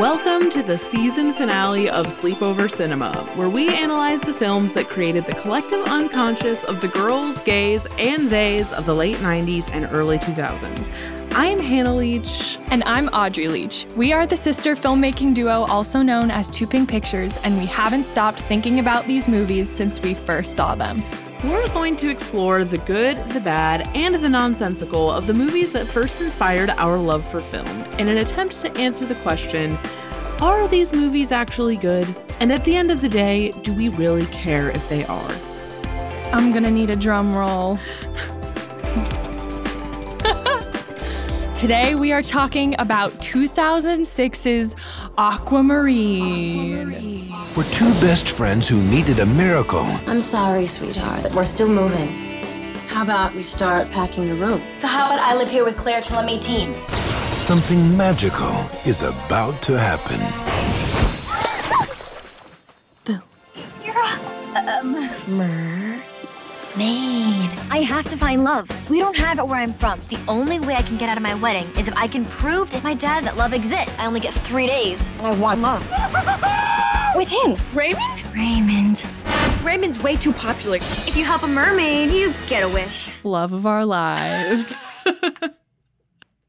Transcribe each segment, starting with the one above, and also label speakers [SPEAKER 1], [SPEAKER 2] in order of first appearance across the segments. [SPEAKER 1] Welcome to the season finale of Sleepover Cinema, where we analyze the films that created the collective unconscious of the girls, gays, and theys of the late 90s and early 2000s. I am Hannah Leach.
[SPEAKER 2] And I'm Audrey Leach. We are the sister filmmaking duo, also known as Chuping Pictures, and we haven't stopped thinking about these movies since we first saw them.
[SPEAKER 1] We're going to explore the good, the bad, and the nonsensical of the movies that first inspired our love for film in an attempt to answer the question are these movies actually good? And at the end of the day, do we really care if they are?
[SPEAKER 2] I'm gonna need a drum roll. Today we are talking about 2006's Aquamarine.
[SPEAKER 3] were two best friends who needed a miracle
[SPEAKER 4] I'm sorry, sweetheart, but we're still moving. How about we start packing the room?
[SPEAKER 5] So how about I live here with Claire till I'm 18?
[SPEAKER 3] something magical is about to happen
[SPEAKER 5] Maid. I have to find love. We don't have it where I'm from. The only way I can get out of my wedding is if I can prove to my dad that love exists. I only get three days, and I want love. With him. Raymond? Raymond. Raymond's way too popular. If you help a mermaid, you get a wish.
[SPEAKER 2] Love of our lives.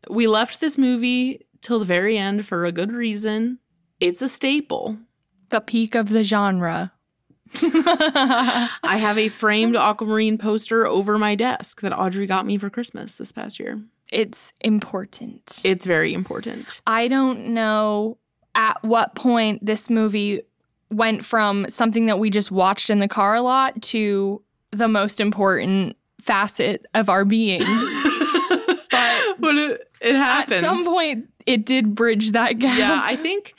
[SPEAKER 1] We left this movie till the very end for a good reason. It's a staple.
[SPEAKER 2] the peak of the genre.
[SPEAKER 1] I have a framed aquamarine poster over my desk that Audrey got me for Christmas this past year.
[SPEAKER 2] It's important.
[SPEAKER 1] It's very important.
[SPEAKER 2] I don't know at what point this movie went from something that we just watched in the car a lot to the most important facet of our being.
[SPEAKER 1] but it, it
[SPEAKER 2] at
[SPEAKER 1] happens.
[SPEAKER 2] some point, it did bridge that gap.
[SPEAKER 1] yeah, I think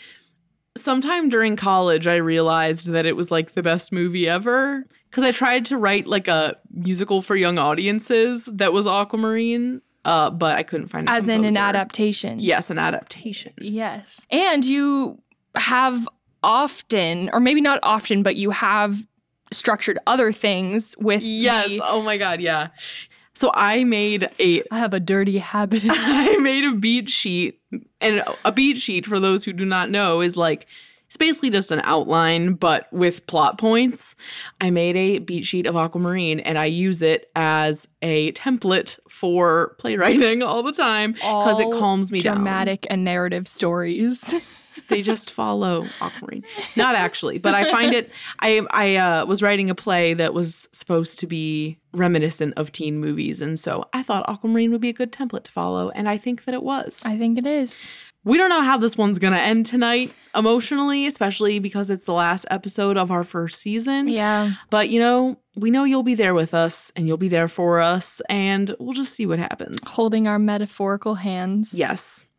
[SPEAKER 1] sometime during college I realized that it was like the best movie ever cuz I tried to write like a musical for young audiences that was aquamarine, uh, but I couldn't find a
[SPEAKER 2] as in an
[SPEAKER 1] composer.
[SPEAKER 2] adaptation.
[SPEAKER 1] Yes, an adaptation.
[SPEAKER 2] Yes. And you have often, or maybe not often, but you have structured other things with
[SPEAKER 1] Yes.
[SPEAKER 2] the-
[SPEAKER 1] Oh my god, yeah. So I made a
[SPEAKER 2] I have a dirty habit.
[SPEAKER 1] I made a beat sheet. And a beat sheet for those who do not know is like it's basically just an outline but with plot points. I made a beat sheet of Aquamarine and I use it as a template for playwriting all the time because it
[SPEAKER 2] All
[SPEAKER 1] calms me down
[SPEAKER 2] dramatic and narrative stories.
[SPEAKER 1] they just follow aquamarine not actually but i find it i i uh, was writing a play that was supposed to be reminiscent of teen movies and so i thought aquamarine would be a good template to follow and i think that it was
[SPEAKER 2] I think it is.
[SPEAKER 1] we don't know how this one's gonna end tonight emotionally especially because it's the last episode of our first season
[SPEAKER 2] Yeah.
[SPEAKER 1] but you know we know you'll be there with us and you'll be there for us and we'll just see what happens
[SPEAKER 2] Holding our metaphorical hands.
[SPEAKER 1] yes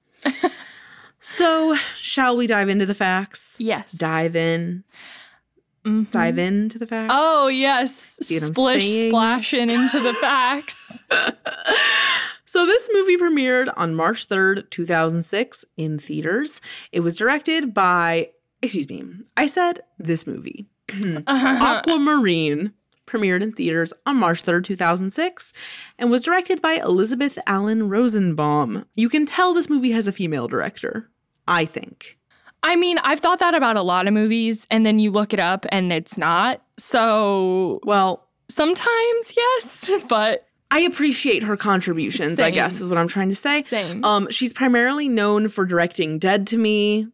[SPEAKER 1] so shall we dive into the facts
[SPEAKER 2] Yes.
[SPEAKER 1] dive in,
[SPEAKER 2] Mhm.
[SPEAKER 1] dive into the facts.
[SPEAKER 2] Oh, yes.
[SPEAKER 1] See what I'm
[SPEAKER 2] Splish
[SPEAKER 1] saying?
[SPEAKER 2] splashing into the facts.
[SPEAKER 1] So this movie premiered on March 3rd, 2006 in theaters. It was directed by, excuse me, I said this movie. Aquamarine premiered in theaters on March 3rd, 2006 and was directed by Elizabeth Allen Rosenbaum. You can tell this movie has a female director, I think.
[SPEAKER 2] I mean, I've thought that about a lot of movies, and then you look it up and it's not. So
[SPEAKER 1] Well,
[SPEAKER 2] sometimes, yes, but
[SPEAKER 1] I appreciate her contributions, I
[SPEAKER 2] Same.
[SPEAKER 1] guess is what I'm trying to say.
[SPEAKER 2] same.
[SPEAKER 1] Um, she's primarily known for directing Dead to Me,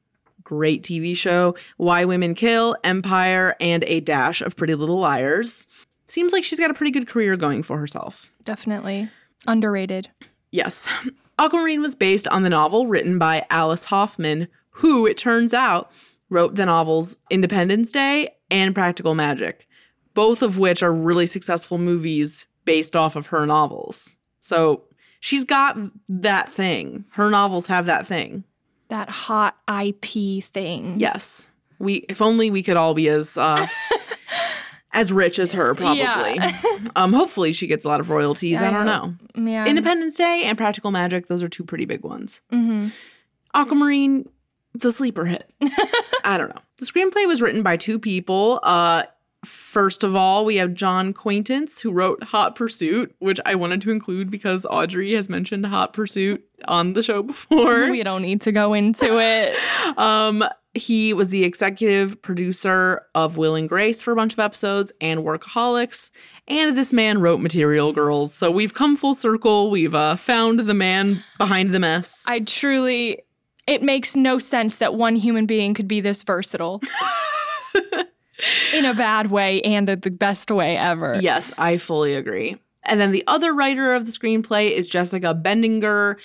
[SPEAKER 1] great TV show, Why Women Kill, Empire, and a dash of Pretty Little Liars. Seems like she's got a pretty good career going for herself.
[SPEAKER 2] Definitely underrated.
[SPEAKER 1] Yes. Aquamarine was based on the novel written by Alice Hoffman, who, it turns out, wrote the novels Independence Day and Practical Magic, both of which are really successful movies based off of her novels. So she's got that thing. Her novels have that thing.
[SPEAKER 2] That hot IP thing.
[SPEAKER 1] Yes. We if only we could all be as uh as rich as her probably.
[SPEAKER 2] Yeah.
[SPEAKER 1] um hopefully she gets a lot of royalties. I,
[SPEAKER 2] I
[SPEAKER 1] don't know.
[SPEAKER 2] hope. Yeah.
[SPEAKER 1] Independence Day and Practical Magic, those are two pretty big ones.
[SPEAKER 2] hmm
[SPEAKER 1] Aquamarine, the sleeper hit. I don't know. The screenplay was written by two people, uh First of all, we have John Quaintance, who wrote Hot Pursuit, which I wanted to include because Audrey has mentioned Hot Pursuit on the show before.
[SPEAKER 2] We don't need to go into it.
[SPEAKER 1] Um, he was the executive producer of Will and Grace for a bunch of episodes and Workaholics. And this man wrote Material Girls. So we've come full circle. We've uh, found the man behind the mess.
[SPEAKER 2] I truly, it makes no sense that one human being could be this versatile. In a bad way and in the best way ever.
[SPEAKER 1] Yes, I fully agree. And then the other writer of the screenplay is Jessica Bendinger.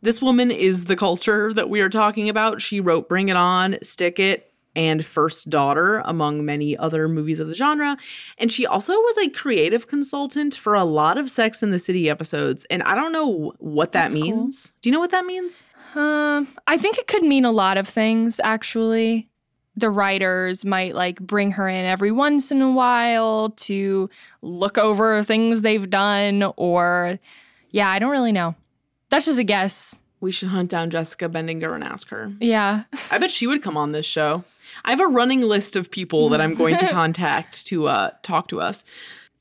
[SPEAKER 1] This woman is the culture that we are talking about. She wrote Bring It On, Stick It, and First Daughter, among many other movies of the genre. And she also was a creative consultant for a lot of Sex in the City episodes. And I don't know what that
[SPEAKER 2] That's cool.
[SPEAKER 1] means. Do you know what that means?
[SPEAKER 2] Um, I think it could mean a lot of things, actually. The writers might like bring her in every once in a while to look over things they've done, or yeah, I don't really know. That's just a guess.
[SPEAKER 1] We should hunt down Jessica Bendinger and ask her.
[SPEAKER 2] Yeah.
[SPEAKER 1] I bet she would come on this show. I have a running list of people that I'm going to contact to uh, talk to us.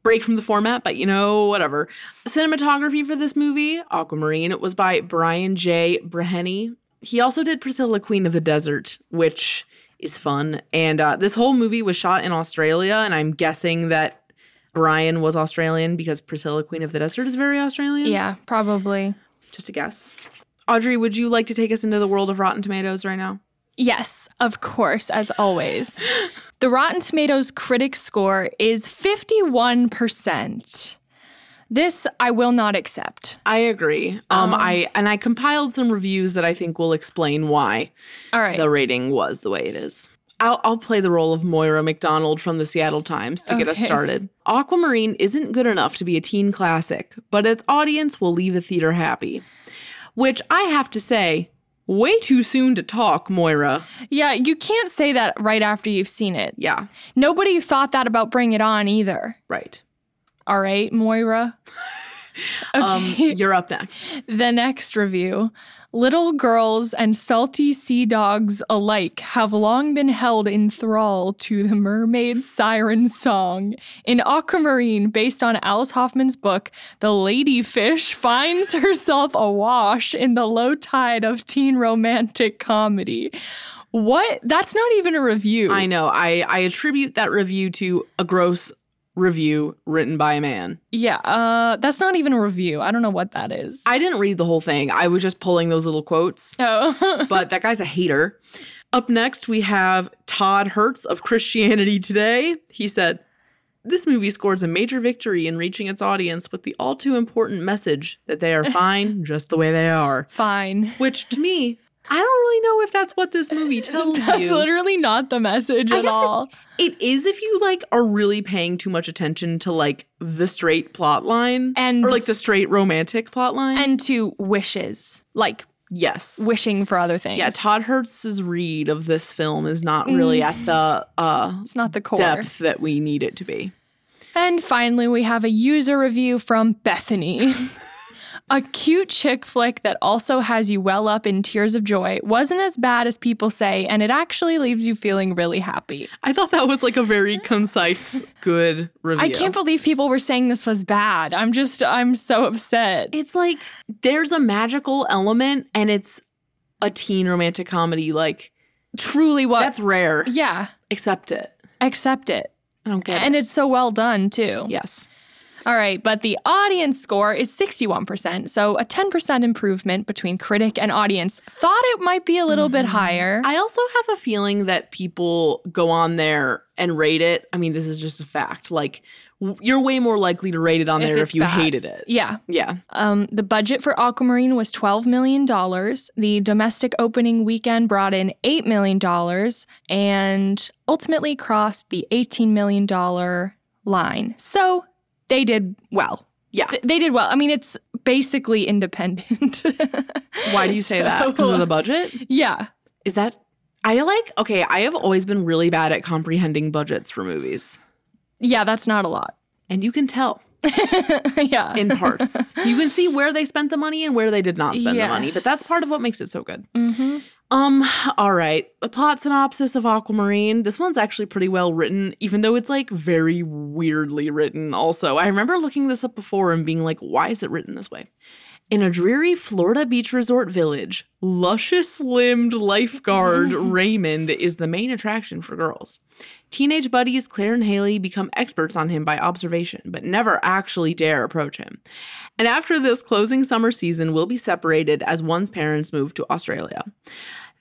[SPEAKER 1] Break from the format, but you know, whatever. Cinematography for this movie, Aquamarine, was by Brian J. Breheny. He also did Priscilla, Queen of the Desert, which is fun. And uh, this whole movie was shot in Australia, and I'm guessing that Brian was Australian because Priscilla, Queen of the Desert is very Australian.
[SPEAKER 2] Yeah, probably.
[SPEAKER 1] Just a guess. Audrey, would you like to take us into the world of Rotten Tomatoes right now?
[SPEAKER 2] Yes, of course, as always. the Rotten Tomatoes critic score is 51%. This I will not accept.
[SPEAKER 1] I agree. Um, I and I compiled some reviews that I think will explain why
[SPEAKER 2] All right.
[SPEAKER 1] the rating was the way it is. I'll, I'll play the role of Moira McDonald from the Seattle Times to get us
[SPEAKER 2] Okay.
[SPEAKER 1] started. Aquamarine isn't good enough to be a teen classic, but its audience will leave the theater happy. Which I have to say, way too soon to talk, Moira.
[SPEAKER 2] Yeah, you can't say that right after you've seen it.
[SPEAKER 1] Yeah,
[SPEAKER 2] Nobody thought that about Bring It On either.
[SPEAKER 1] right.
[SPEAKER 2] All right, Moira. okay,
[SPEAKER 1] Um, you're up next.
[SPEAKER 2] the next review. Little girls and salty sea dogs alike have long been held in thrall to the mermaid's siren song. In Aquamarine, based on Alice Hoffman's book, the ladyfish finds herself awash in the low tide of teen romantic comedy. What? That's not even a review.
[SPEAKER 1] I know. I I attribute that review to a gross review written by a man.
[SPEAKER 2] Yeah, uh, that's not even a review. I don't know what that is.
[SPEAKER 1] I didn't read the whole thing. I was just pulling those little quotes,
[SPEAKER 2] oh,
[SPEAKER 1] but that guy's a hater. Up next, we have Todd Hertz of Christianity Today. He said, This movie scores a major victory in reaching its audience with the all too important message that they are fine just the way they are.
[SPEAKER 2] fine.
[SPEAKER 1] Which to me, I don't really know if that's what this movie tells
[SPEAKER 2] That's
[SPEAKER 1] you.
[SPEAKER 2] literally not the message
[SPEAKER 1] I
[SPEAKER 2] at
[SPEAKER 1] guess it-
[SPEAKER 2] all.
[SPEAKER 1] it is if you like are really paying too much attention to like the straight plot line
[SPEAKER 2] And-
[SPEAKER 1] or like the straight romantic plot line.
[SPEAKER 2] and to wishes, like
[SPEAKER 1] yes.
[SPEAKER 2] wishing for other things.
[SPEAKER 1] Yeah, Todd Hertz's read of this film is not really at the uh,
[SPEAKER 2] it's not the core.
[SPEAKER 1] depth that we need it to be.
[SPEAKER 2] And finally, we have a user review from Bethany. A cute chick flick that also has you well up in tears of joy wasn't as bad as people say, and it actually leaves you feeling really happy.
[SPEAKER 1] I thought that was like a very concise, good review.
[SPEAKER 2] I can't believe people were saying this was bad. I'm just, I'm so upset.
[SPEAKER 1] it's like there's a magical element, and it's a teen romantic comedy. Like
[SPEAKER 2] Truly, what?
[SPEAKER 1] that's rare.
[SPEAKER 2] yeah,
[SPEAKER 1] Accept it.
[SPEAKER 2] accept it.
[SPEAKER 1] I don't get
[SPEAKER 2] And
[SPEAKER 1] it.
[SPEAKER 2] it's so well done, too.
[SPEAKER 1] Yes.
[SPEAKER 2] All right, but the audience score is 61%, so a 10% improvement between critic and audience. Thought it might be a little bit higher.
[SPEAKER 1] Mm-hmm. I also have a feeling that people go on there and rate it. I mean, this is just a fact. Like w- you're way more likely to rate it on
[SPEAKER 2] If
[SPEAKER 1] there if
[SPEAKER 2] it's
[SPEAKER 1] you
[SPEAKER 2] bad.
[SPEAKER 1] hated it.
[SPEAKER 2] yeah.
[SPEAKER 1] Yeah.
[SPEAKER 2] Um, the budget for Aquamarine was $12 million. The domestic opening weekend brought in $8 million and ultimately crossed the $18 million line. So they did well.
[SPEAKER 1] Yeah.
[SPEAKER 2] Th- they did well. I mean, it's basically independent.
[SPEAKER 1] Why do you say that? Because of the budget?
[SPEAKER 2] yeah.
[SPEAKER 1] Is that I like okay, I have always been really bad at comprehending budgets for movies.
[SPEAKER 2] Yeah, that's not a lot.
[SPEAKER 1] And you can tell
[SPEAKER 2] yeah.
[SPEAKER 1] in parts. you can see where they spent the money and where they did not spend the money, but that's part of
[SPEAKER 2] Yes.
[SPEAKER 1] what makes it so good.
[SPEAKER 2] Mhm.
[SPEAKER 1] Um, all right. The plot synopsis of Aquamarine. This one's actually pretty well written, even though it's like very weirdly written, also. I remember looking this up before and being like, why is it written this way? In a dreary Florida beach resort village, luscious limbed lifeguard Raymond is the main attraction for girls. Teenage buddies Claire and Haley become experts on him by observation, but never actually dare approach him. And after this closing summer season will be separated as one's parents move to Australia.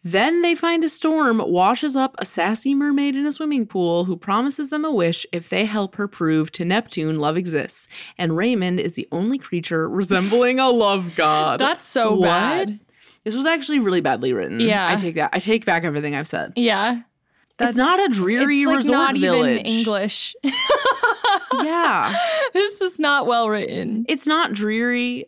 [SPEAKER 1] Then they find a storm washes up a sassy mermaid in a swimming pool who promises them a wish if they help her prove to Neptune love exists. And Raymond is the only creature resembling a love god.
[SPEAKER 2] That's so
[SPEAKER 1] What?
[SPEAKER 2] bad.
[SPEAKER 1] This was actually really badly written.
[SPEAKER 2] Yeah.
[SPEAKER 1] I take that. I take back everything I've said.
[SPEAKER 2] Yeah.
[SPEAKER 1] That's not a dreary
[SPEAKER 2] it's like
[SPEAKER 1] resort
[SPEAKER 2] not
[SPEAKER 1] village.
[SPEAKER 2] even English.
[SPEAKER 1] yeah.
[SPEAKER 2] this is not well written.
[SPEAKER 1] It's not dreary.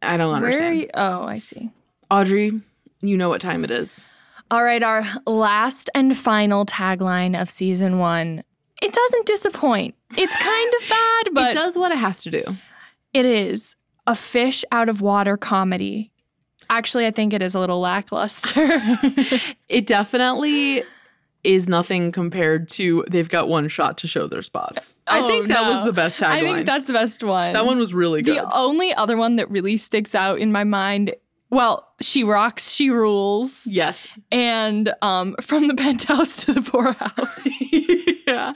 [SPEAKER 1] I don't
[SPEAKER 2] Where
[SPEAKER 1] understand.
[SPEAKER 2] are you? Oh, I see.
[SPEAKER 1] Audrey, you know what time it is.
[SPEAKER 2] All right, our last and final tagline of season one. It doesn't disappoint. It's kind of bad, but
[SPEAKER 1] it does what it has to do.
[SPEAKER 2] it is a fish out of water comedy. Actually, I think it is a little lackluster.
[SPEAKER 1] It definitely is nothing compared to they've got one shot to show their spots. I
[SPEAKER 2] Oh,
[SPEAKER 1] think that
[SPEAKER 2] no.
[SPEAKER 1] was the best tagline.
[SPEAKER 2] I think that's the best one.
[SPEAKER 1] that one was really good.
[SPEAKER 2] The only other one that really sticks out in my mind, well, she rocks, she rules,
[SPEAKER 1] yes.
[SPEAKER 2] and um, from the penthouse to the poorhouse.
[SPEAKER 1] yeah.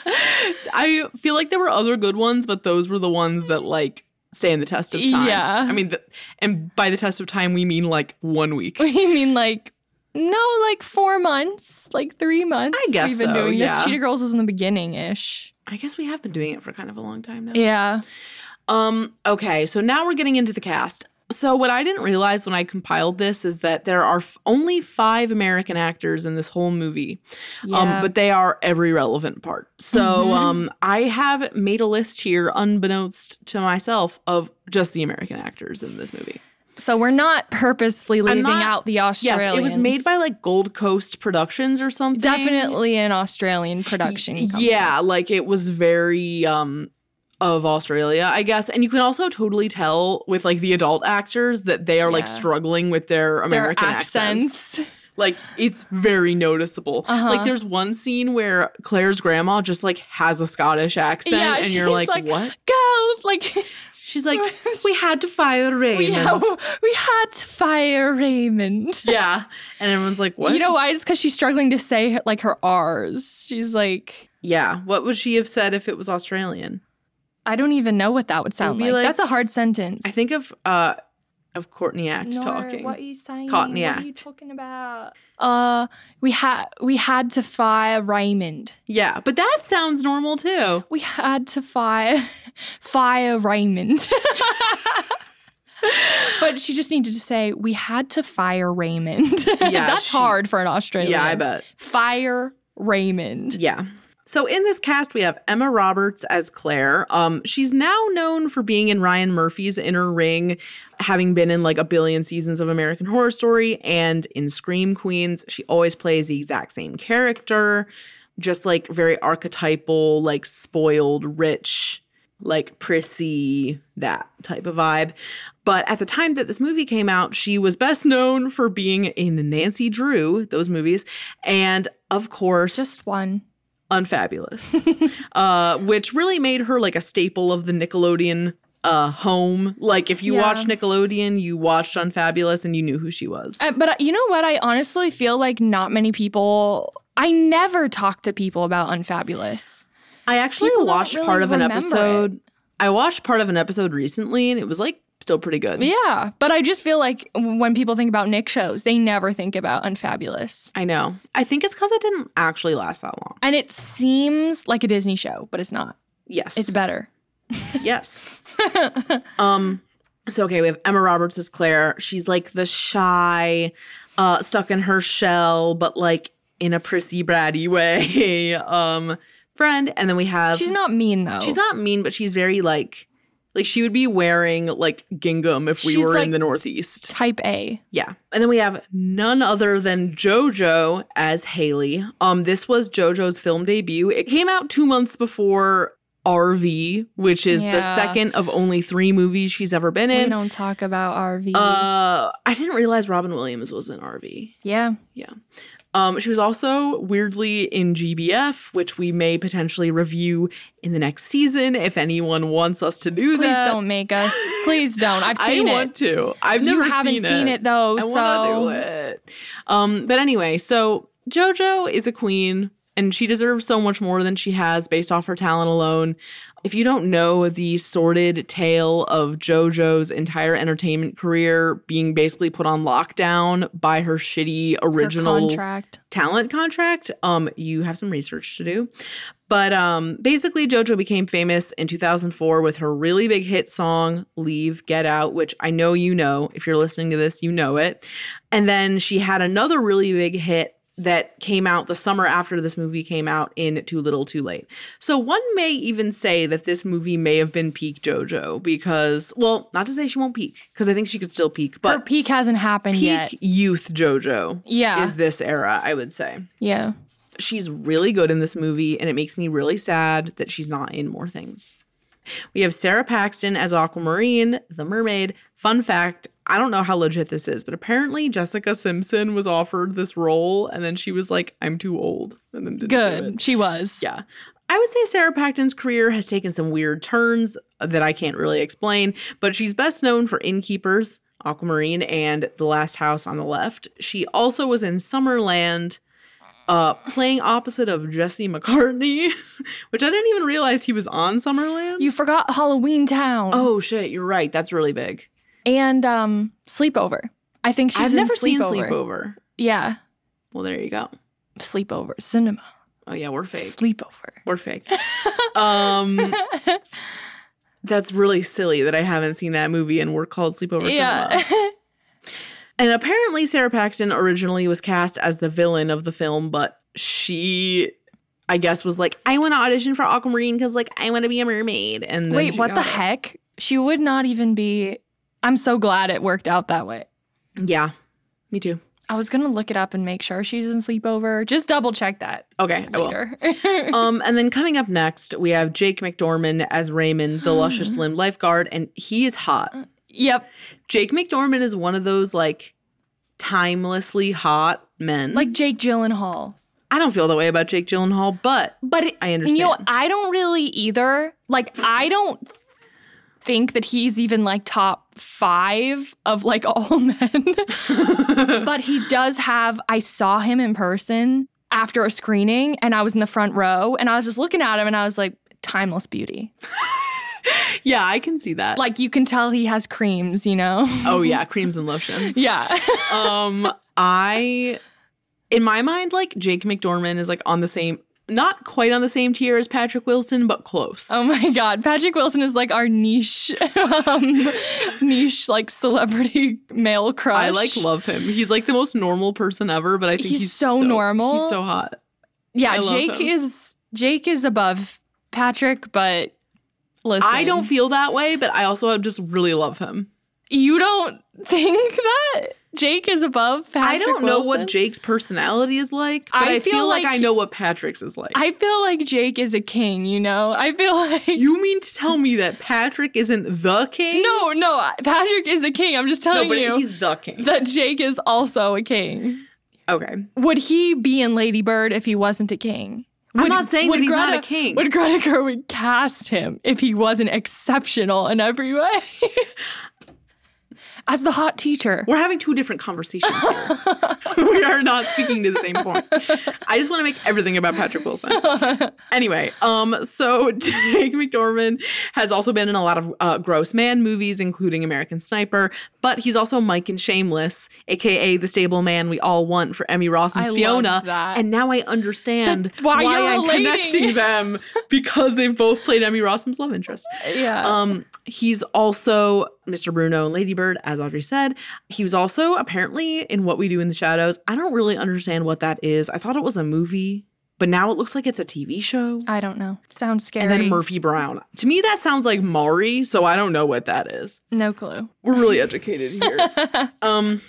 [SPEAKER 1] I feel like there were other good ones, but those were the ones that like stand the test of time.
[SPEAKER 2] Yeah.
[SPEAKER 1] I mean, the, and by the test of time, we mean like one week.
[SPEAKER 2] You mean like no, like four months, like three months.
[SPEAKER 1] I guess
[SPEAKER 2] we've been
[SPEAKER 1] so,
[SPEAKER 2] doing
[SPEAKER 1] yeah.
[SPEAKER 2] this. Cheetah Girls was in the beginning ish.
[SPEAKER 1] I guess we have been doing it for kind of a long time now.
[SPEAKER 2] Yeah.
[SPEAKER 1] Um, okay, so now we're getting into the cast. So what I didn't realize when I compiled this is that there are f- only 5 American actors in this whole movie. Um
[SPEAKER 2] Yeah. Mm-hmm.
[SPEAKER 1] but they are every relevant part. So um I have made a list here unbeknownst to myself of just the American actors in this movie.
[SPEAKER 2] So we're not purposefully leaving
[SPEAKER 1] not-
[SPEAKER 2] out the
[SPEAKER 1] Yes,
[SPEAKER 2] Australians.
[SPEAKER 1] it was made by like Gold Coast Productions or something.
[SPEAKER 2] definitely an Australian production. company.
[SPEAKER 1] Yeah, like it was very um of Australia, I guess. And you can also totally tell with like the adult actors that they are like
[SPEAKER 2] Yeah.
[SPEAKER 1] struggling with their
[SPEAKER 2] Their
[SPEAKER 1] American accents.
[SPEAKER 2] accents.
[SPEAKER 1] Like it's very noticeable.
[SPEAKER 2] Uh-huh.
[SPEAKER 1] Like there's one scene where Claire's grandma just like has a Scottish accent
[SPEAKER 2] Yeah,
[SPEAKER 1] and
[SPEAKER 2] she's
[SPEAKER 1] you're like, "What?"
[SPEAKER 2] Girls, like
[SPEAKER 1] She's like, "We had to fire Raymond."
[SPEAKER 2] we,
[SPEAKER 1] Yeah.
[SPEAKER 2] have, we had to fire Raymond.
[SPEAKER 1] And everyone's like, "What?"
[SPEAKER 2] You know why? It's because she's struggling to say like her R's. She's like,
[SPEAKER 1] yeah, what would she have said if it was Australian?
[SPEAKER 2] I don't even know what that would sound
[SPEAKER 1] be
[SPEAKER 2] like.
[SPEAKER 1] like-
[SPEAKER 2] That's a hard sentence.
[SPEAKER 1] I think of uh of Courtney Act talking.
[SPEAKER 2] What are you saying?
[SPEAKER 1] Courtney
[SPEAKER 2] what are you
[SPEAKER 1] Act.
[SPEAKER 2] talking about? Uh, we had we had to fire Raymond.
[SPEAKER 1] yeah, but that sounds normal too.
[SPEAKER 2] We had to fire fire Raymond. but she just needed to say we had to fire Raymond. that's
[SPEAKER 1] she-
[SPEAKER 2] hard for an Australian.
[SPEAKER 1] Yeah, I bet.
[SPEAKER 2] Fire Raymond.
[SPEAKER 1] Yeah. So in this cast, we have Emma Roberts as Claire. Um, she's now known for being in Ryan Murphy's Inner Ring, having been in like a billion seasons of American Horror Story and in Scream Queens. She always plays the exact same character, just like very archetypal, like spoiled, rich, like prissy, that type of vibe. But at the time that this movie came out, she was best known for being in Nancy Drew, those movies, and of course,
[SPEAKER 2] Just one.
[SPEAKER 1] unfabulous, uh, which really made her like a staple of the Nickelodeon uh, home. Like if you
[SPEAKER 2] Yeah.
[SPEAKER 1] watched Nickelodeon, you watched Unfabulous and you knew who she was.
[SPEAKER 2] Uh, but uh, you know what? I honestly feel like not many people. I never talk to people about Unfabulous.
[SPEAKER 1] I actually
[SPEAKER 2] people don't
[SPEAKER 1] watched
[SPEAKER 2] really
[SPEAKER 1] part of an
[SPEAKER 2] remember it.
[SPEAKER 1] episode. I watched part of an episode recently, and it was like still pretty good.
[SPEAKER 2] Yeah, but I just feel like when people think about Nick shows, they never think about Unfabulous.
[SPEAKER 1] I know. I think it's because it didn't actually last that long.
[SPEAKER 2] And it seems like a Disney show, but it's not.
[SPEAKER 1] Yes,
[SPEAKER 2] It's better.
[SPEAKER 1] Yes. um. So okay, we have Emma Roberts as Claire. She's like the shy, uh, stuck in her shell, but like in a prissy bratty way. Um, friend, and then we have
[SPEAKER 2] She's not mean though.
[SPEAKER 1] she's not mean, but she's very like like she would be wearing like gingham if we
[SPEAKER 2] She's,
[SPEAKER 1] were
[SPEAKER 2] like-
[SPEAKER 1] in the Northeast.
[SPEAKER 2] type A.
[SPEAKER 1] Yeah. And then we have none other than JoJo as Haley. Um, this was JoJo's film debut. It came out two months before RV, which is the
[SPEAKER 2] Yeah.
[SPEAKER 1] second of only three movies she's ever been
[SPEAKER 2] We
[SPEAKER 1] in.
[SPEAKER 2] don't talk about RV.
[SPEAKER 1] Uh, I didn't realize Robin Williams was in RV.
[SPEAKER 2] yeah.
[SPEAKER 1] Um, she was also weirdly in GBF, which we may potentially review in the next season if anyone wants us to do
[SPEAKER 2] Please
[SPEAKER 1] that.
[SPEAKER 2] don't make us. Please don't. I've
[SPEAKER 1] I
[SPEAKER 2] seen it.
[SPEAKER 1] want to. I've
[SPEAKER 2] you
[SPEAKER 1] never
[SPEAKER 2] haven't
[SPEAKER 1] seen,
[SPEAKER 2] seen
[SPEAKER 1] it.
[SPEAKER 2] it though,
[SPEAKER 1] I
[SPEAKER 2] so
[SPEAKER 1] want to do it. Um, but anyway, so JoJo is a queen and she deserves so much more than she has based off her talent alone. If you don't know the sordid tale of JoJo's entire entertainment career being basically put on lockdown by her shitty
[SPEAKER 2] Her
[SPEAKER 1] original
[SPEAKER 2] contract.
[SPEAKER 1] talent contract. Um, you have some research to do. But um, basically, JoJo became famous in 2004 with her really big hit song, Leave, Get Out, which I know you know. If you're listening to this, you know it. And then she had another really big hit that came out the summer after this movie came out in Too Little, Too Late. So one may even say that this movie may have been peak JoJo because, well, not to say she won't peak, because I think she could still peak,
[SPEAKER 2] Her
[SPEAKER 1] but
[SPEAKER 2] peak hasn't happened
[SPEAKER 1] peak
[SPEAKER 2] yet.
[SPEAKER 1] youth JoJo
[SPEAKER 2] Yeah.
[SPEAKER 1] is this era, I would say
[SPEAKER 2] Yeah.
[SPEAKER 1] she's really good in this movie, and it makes me really sad that she's not in more things. We have Sarah Paxton as Aquamarine, the mermaid. Fun fact I don't know how legit this is, but apparently Jessica Simpson was offered this role, and then she was like, I'm too old. And then didn't do it.
[SPEAKER 2] Good. She was.
[SPEAKER 1] Yeah. I would say Sarah Paxton's career has taken some weird turns that I can't really explain, but she's best known for Innkeepers, Aquamarine, and The Last House on the Left. She also was in Summerland, uh, playing opposite of Jesse McCartney, which I didn't even realize he was on Summerland.
[SPEAKER 2] You forgot Halloween Town.
[SPEAKER 1] oh shit, you're right. That's really big.
[SPEAKER 2] And um Sleepover. I think she's
[SPEAKER 1] I've
[SPEAKER 2] in
[SPEAKER 1] never
[SPEAKER 2] Sleepover.
[SPEAKER 1] seen Sleepover.
[SPEAKER 2] Yeah.
[SPEAKER 1] Well, there you go.
[SPEAKER 2] Sleepover. Cinema.
[SPEAKER 1] Oh yeah, we're fake.
[SPEAKER 2] Sleepover.
[SPEAKER 1] We're fake. um, that's really silly that I haven't seen that movie and we're called Sleepover
[SPEAKER 2] yeah.
[SPEAKER 1] Cinema. And apparently, Sarah Paxton originally was cast as the villain of the film, but she, I guess, was like, I want to audition for Aquamarine because, like, I want to be a mermaid. And then
[SPEAKER 2] Wait,
[SPEAKER 1] she
[SPEAKER 2] what the
[SPEAKER 1] got it.
[SPEAKER 2] heck? She would not even be I'm so glad it worked out that way.
[SPEAKER 1] Yeah, me too.
[SPEAKER 2] I was gonna look it up and make sure she's in sleepover. Just double check that
[SPEAKER 1] Okay, I will.
[SPEAKER 2] later.
[SPEAKER 1] um, and then coming up next, we have Jake McDormand as Raymond, the luscious limbed lifeguard, and he is hot.
[SPEAKER 2] yep.
[SPEAKER 1] Jake McDormand is one of those like timelessly hot men.
[SPEAKER 2] Like Jake Gyllenhaal.
[SPEAKER 1] I don't feel that way about Jake Gyllenhaal, but
[SPEAKER 2] But it-
[SPEAKER 1] I
[SPEAKER 2] You know,
[SPEAKER 1] understand.
[SPEAKER 2] I don't really either. Like, I don't think that he's even like top five of like all men. but he does have, I saw him in person after a screening and I was in the front row and I was just looking at him and I was like, timeless beauty.
[SPEAKER 1] yeah, I can see that.
[SPEAKER 2] Like, you can tell he has creams, you know?
[SPEAKER 1] oh yeah, creams and lotions.
[SPEAKER 2] yeah.
[SPEAKER 1] um i in my mind like jake mcdormand is like on the same not quite on the same tier as patrick wilson but close
[SPEAKER 2] Oh my God. Patrick Wilson is like our niche, um, niche like celebrity male crush.
[SPEAKER 1] i like love him he's like the most normal person ever but i think
[SPEAKER 2] He's
[SPEAKER 1] he's,
[SPEAKER 2] so normal.
[SPEAKER 1] he's so hot
[SPEAKER 2] Yeah,
[SPEAKER 1] I love
[SPEAKER 2] Jake
[SPEAKER 1] him.
[SPEAKER 2] is Jake is above Patrick, but listen,
[SPEAKER 1] i don't feel that way but i also just really love him
[SPEAKER 2] you don't think that Jake is above Patrick.
[SPEAKER 1] i don't know
[SPEAKER 2] Wilson?
[SPEAKER 1] what jake's personality is like but
[SPEAKER 2] I
[SPEAKER 1] i,
[SPEAKER 2] feel
[SPEAKER 1] feel, like,
[SPEAKER 2] like-
[SPEAKER 1] i know what patrick's is like
[SPEAKER 2] I feel like Jake is a king. You know, I feel like
[SPEAKER 1] you mean to tell me that patrick isn't the king
[SPEAKER 2] no, no, Patrick is a king. I'm just
[SPEAKER 1] no
[SPEAKER 2] telling
[SPEAKER 1] but
[SPEAKER 2] you
[SPEAKER 1] he's the king
[SPEAKER 2] that Jake is also a king.
[SPEAKER 1] okay
[SPEAKER 2] Would he be in Lady Bird if he wasn't a king?
[SPEAKER 1] I'm
[SPEAKER 2] Would,
[SPEAKER 1] not saying
[SPEAKER 2] would
[SPEAKER 1] that he's not a king.
[SPEAKER 2] Would Greta Gerwig cast him if he wasn't exceptional in every way? As the hot teacher.
[SPEAKER 1] We're having two different conversations here. we are not speaking to the same point. I just want to make everything about Patrick Wilson. Anyway, um, so Jake McDormand has also been in a lot of uh, gross man movies, including American Sniper, but he's also Mike in Shameless, aka the stable man we all want for Emmy Rossum's
[SPEAKER 2] I loved
[SPEAKER 1] Fiona.
[SPEAKER 2] that.
[SPEAKER 1] And now I understand
[SPEAKER 2] That- why you're
[SPEAKER 1] I'm
[SPEAKER 2] relating.
[SPEAKER 1] connecting them because they've both played Emmy Rossum's love interest.
[SPEAKER 2] Yeah.
[SPEAKER 1] Um, he's also Mr. Bruno and Ladybird, as Audrey said. He was also apparently in What We Do in the Shadows. I don't really understand what that is. I thought it was a movie. but now it looks like it's a TV show.
[SPEAKER 2] I don't know. Sounds scary.
[SPEAKER 1] And then Murphy Brown. To me, that sounds like Mari, so I don't know what that is.
[SPEAKER 2] no clue.
[SPEAKER 1] We're really educated here. um,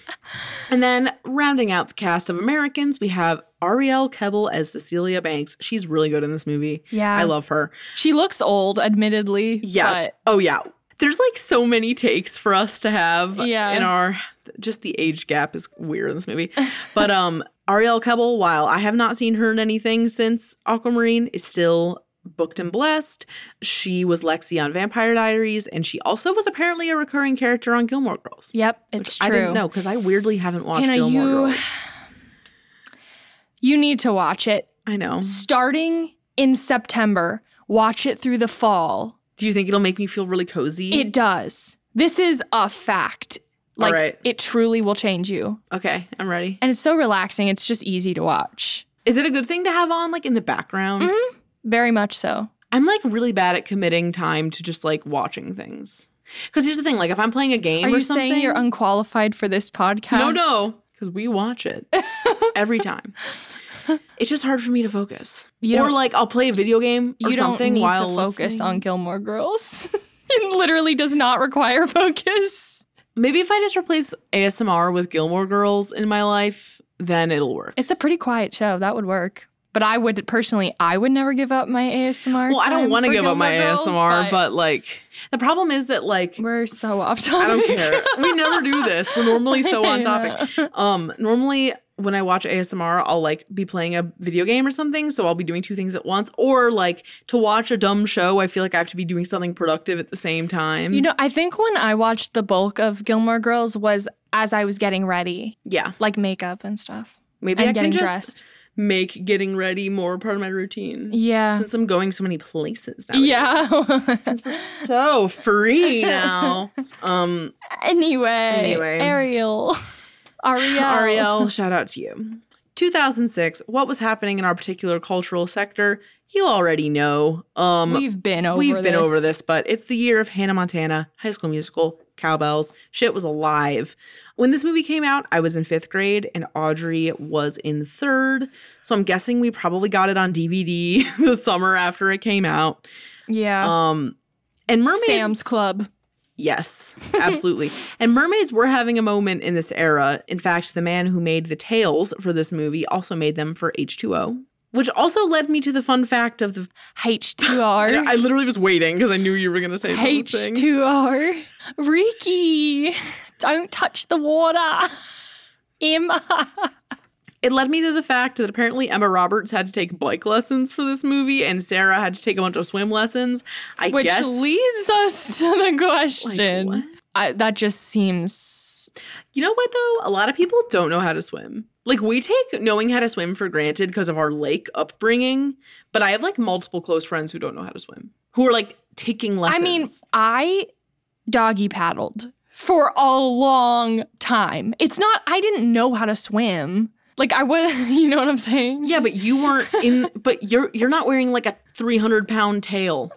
[SPEAKER 1] and then rounding out the cast of Americans, we have Arielle Kebble as Cecilia Banks. She's really good in this movie.
[SPEAKER 2] Yeah.
[SPEAKER 1] I love her.
[SPEAKER 2] She looks old, admittedly.
[SPEAKER 1] Yeah.
[SPEAKER 2] But
[SPEAKER 1] oh yeah. There's like so many takes for us to have
[SPEAKER 2] Yeah.
[SPEAKER 1] in our just the age gap is weird in this movie. but um Ariel Kebble, while I have not seen her in anything since Aquamarine, is still booked and blessed. She was Lexi on Vampire Diaries, and she also was apparently a recurring character on Gilmore Girls.
[SPEAKER 2] yep, it's true.
[SPEAKER 1] I didn't know because I weirdly haven't watched
[SPEAKER 2] Hannah,
[SPEAKER 1] Gilmore
[SPEAKER 2] you-
[SPEAKER 1] Girls.
[SPEAKER 2] You need to watch it.
[SPEAKER 1] I know.
[SPEAKER 2] Starting in September, watch it through the fall.
[SPEAKER 1] Do you think it'll make me feel really cozy?
[SPEAKER 2] It does. This is a fact.
[SPEAKER 1] All
[SPEAKER 2] Like
[SPEAKER 1] right.
[SPEAKER 2] it truly will change you.
[SPEAKER 1] okay, I'm ready.
[SPEAKER 2] And it's so relaxing. It's just easy to watch.
[SPEAKER 1] Is it a good thing to have on like in the background?
[SPEAKER 2] Very much so.
[SPEAKER 1] I'm like really bad at committing time to just like watching things. Because here's the thing, like if I'm playing a game
[SPEAKER 2] Are
[SPEAKER 1] or
[SPEAKER 2] you
[SPEAKER 1] something,
[SPEAKER 2] saying you're unqualified for this podcast?
[SPEAKER 1] no, no, because we watch it every time. It's just hard for me to focus.
[SPEAKER 2] You
[SPEAKER 1] or
[SPEAKER 2] don't-
[SPEAKER 1] like I'll play a video game or
[SPEAKER 2] You
[SPEAKER 1] something
[SPEAKER 2] don't need
[SPEAKER 1] while
[SPEAKER 2] to focus
[SPEAKER 1] listening.
[SPEAKER 2] on Gilmore Girls. it literally does not require focus.
[SPEAKER 1] Maybe if I just replace ASMR with Gilmore Girls in my life, then it'll work.
[SPEAKER 2] It's a pretty quiet show. That would work. But I would personally, I would never give up my ASMR.
[SPEAKER 1] well, I don't want to give up my ASMR,
[SPEAKER 2] but.
[SPEAKER 1] but like the problem is that like
[SPEAKER 2] We're so off
[SPEAKER 1] I
[SPEAKER 2] topic.
[SPEAKER 1] don't care. We never do this. We're normally so on
[SPEAKER 2] Yeah.
[SPEAKER 1] topic. Um, normally when I watch ASMR, I'll like be playing a video game or something, so I'll be doing two things at once. Or like to watch a dumb show, I feel like I have to be doing something productive at the same time.
[SPEAKER 2] You know, I think when I watched the bulk of Gilmore Girls was as I was getting ready,
[SPEAKER 1] yeah.
[SPEAKER 2] like makeup and stuff.
[SPEAKER 1] Maybe
[SPEAKER 2] and
[SPEAKER 1] I
[SPEAKER 2] getting
[SPEAKER 1] can just
[SPEAKER 2] dressed.
[SPEAKER 1] make getting ready more part of my routine.
[SPEAKER 2] Yeah.
[SPEAKER 1] Since I'm going so many places now.
[SPEAKER 2] yeah.
[SPEAKER 1] Since we're so free now. Um
[SPEAKER 2] anyway.
[SPEAKER 1] Anyway.
[SPEAKER 2] Ariel. Ariel.
[SPEAKER 1] Ariel, shout out to you. 2006, what was happening in our particular cultural sector? You already know. Um, we've
[SPEAKER 2] We've been over
[SPEAKER 1] been over this, but it's the year of Hannah Montana, High School Musical, Cowbells. Shit was alive. When this movie came out, I was in fifth grade and Audrey was in third. So I'm guessing we probably got it on DVD the summer after it came out.
[SPEAKER 2] Yeah.
[SPEAKER 1] Um, and Mermaids.
[SPEAKER 2] Sam's Club.
[SPEAKER 1] Yes, absolutely. and mermaids were having a moment in this era. In fact, the man who made the tails for this movie also made them for H2O, which also led me to the fun fact of the.
[SPEAKER 2] H2R.
[SPEAKER 1] I literally was waiting because I knew you were going to say something.
[SPEAKER 2] H2R. Ricky. Don't touch the water. Emma.
[SPEAKER 1] It led me to the fact that apparently Emma Roberts had to take bike lessons for this movie and Sarah had to take a bunch of swim lessons. I
[SPEAKER 2] Which
[SPEAKER 1] guess.
[SPEAKER 2] leads us to the question.
[SPEAKER 1] what?
[SPEAKER 2] I, that just seems.
[SPEAKER 1] You know what though? A lot of people don't know how to swim. Like we take knowing how to swim for granted because of our lake upbringing, but I have like multiple close friends who don't know how to swim, who are like taking lessons.
[SPEAKER 2] I mean, I doggy paddled for a long time. It's not, I didn't know how to swim. Like, I was, you know what I'm saying?
[SPEAKER 1] yeah, but you weren't in. but you're you're not wearing like a three hundred pound tail.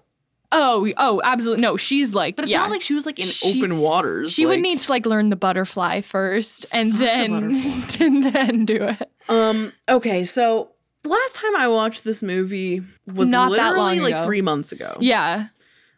[SPEAKER 2] Oh, oh, absolutely. No, she's like,
[SPEAKER 1] But it's
[SPEAKER 2] yeah.
[SPEAKER 1] not like she was like in
[SPEAKER 2] She-
[SPEAKER 1] open waters.
[SPEAKER 2] she would
[SPEAKER 1] like-
[SPEAKER 2] need to like learn the butterfly first and then
[SPEAKER 1] butterfly.
[SPEAKER 2] and then do it.
[SPEAKER 1] Um. Okay. So last time I watched this movie was
[SPEAKER 2] Not that
[SPEAKER 1] literally
[SPEAKER 2] long
[SPEAKER 1] like
[SPEAKER 2] ago.
[SPEAKER 1] three months ago.
[SPEAKER 2] Yeah.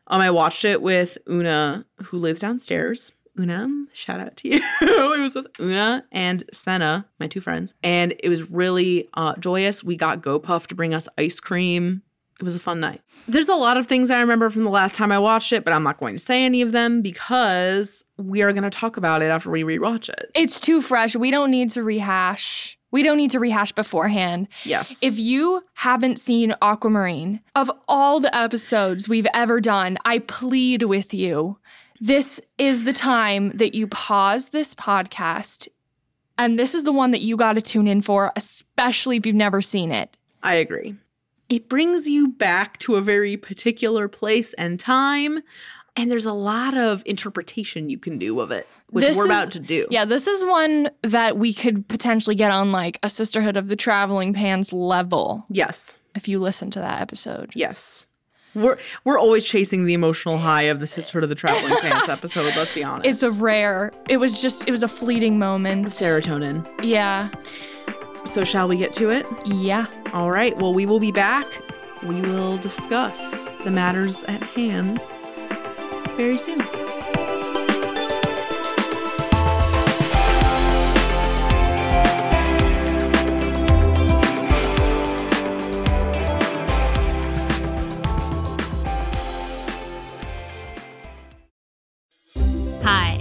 [SPEAKER 1] Um, I watched it with Una, who lives downstairs. Una, shout out to you. it was with Una and Senna, my two friends, and it was really uh, joyous. We got GoPuff to bring us ice cream. It was a fun night. There's a lot of things I remember from the last time I watched it, but I'm not going to say any of them because we are going to talk about it after we rewatch it.
[SPEAKER 2] It's too fresh. We don't need to rehash. We don't need to rehash beforehand.
[SPEAKER 1] Yes.
[SPEAKER 2] If you haven't seen Aquamarine, of all the episodes we've ever done, I plead with you. This is the time that you pause this podcast. And this is the one that you got to tune in for, especially if you've never seen it.
[SPEAKER 1] I agree. It brings you back to a very particular place and time, and there's a lot of interpretation you can do of it, which
[SPEAKER 2] This
[SPEAKER 1] we're
[SPEAKER 2] is-
[SPEAKER 1] about to do.
[SPEAKER 2] Yeah, this is one that we could potentially get on like a Sisterhood of the Traveling Pans level
[SPEAKER 1] Yes.
[SPEAKER 2] if you listen to that episode.
[SPEAKER 1] Yes. We're we're always chasing the emotional high of the Sisterhood of the Traveling Pants episode. Let's be honest.
[SPEAKER 2] It's a rare, it was just, it was a fleeting moment.
[SPEAKER 1] serotonin.
[SPEAKER 2] Yeah.
[SPEAKER 1] So, shall we get to it?
[SPEAKER 2] Yeah.
[SPEAKER 1] All right. Well, we will be back. We will discuss the matters at hand very soon.
[SPEAKER 6] Hi,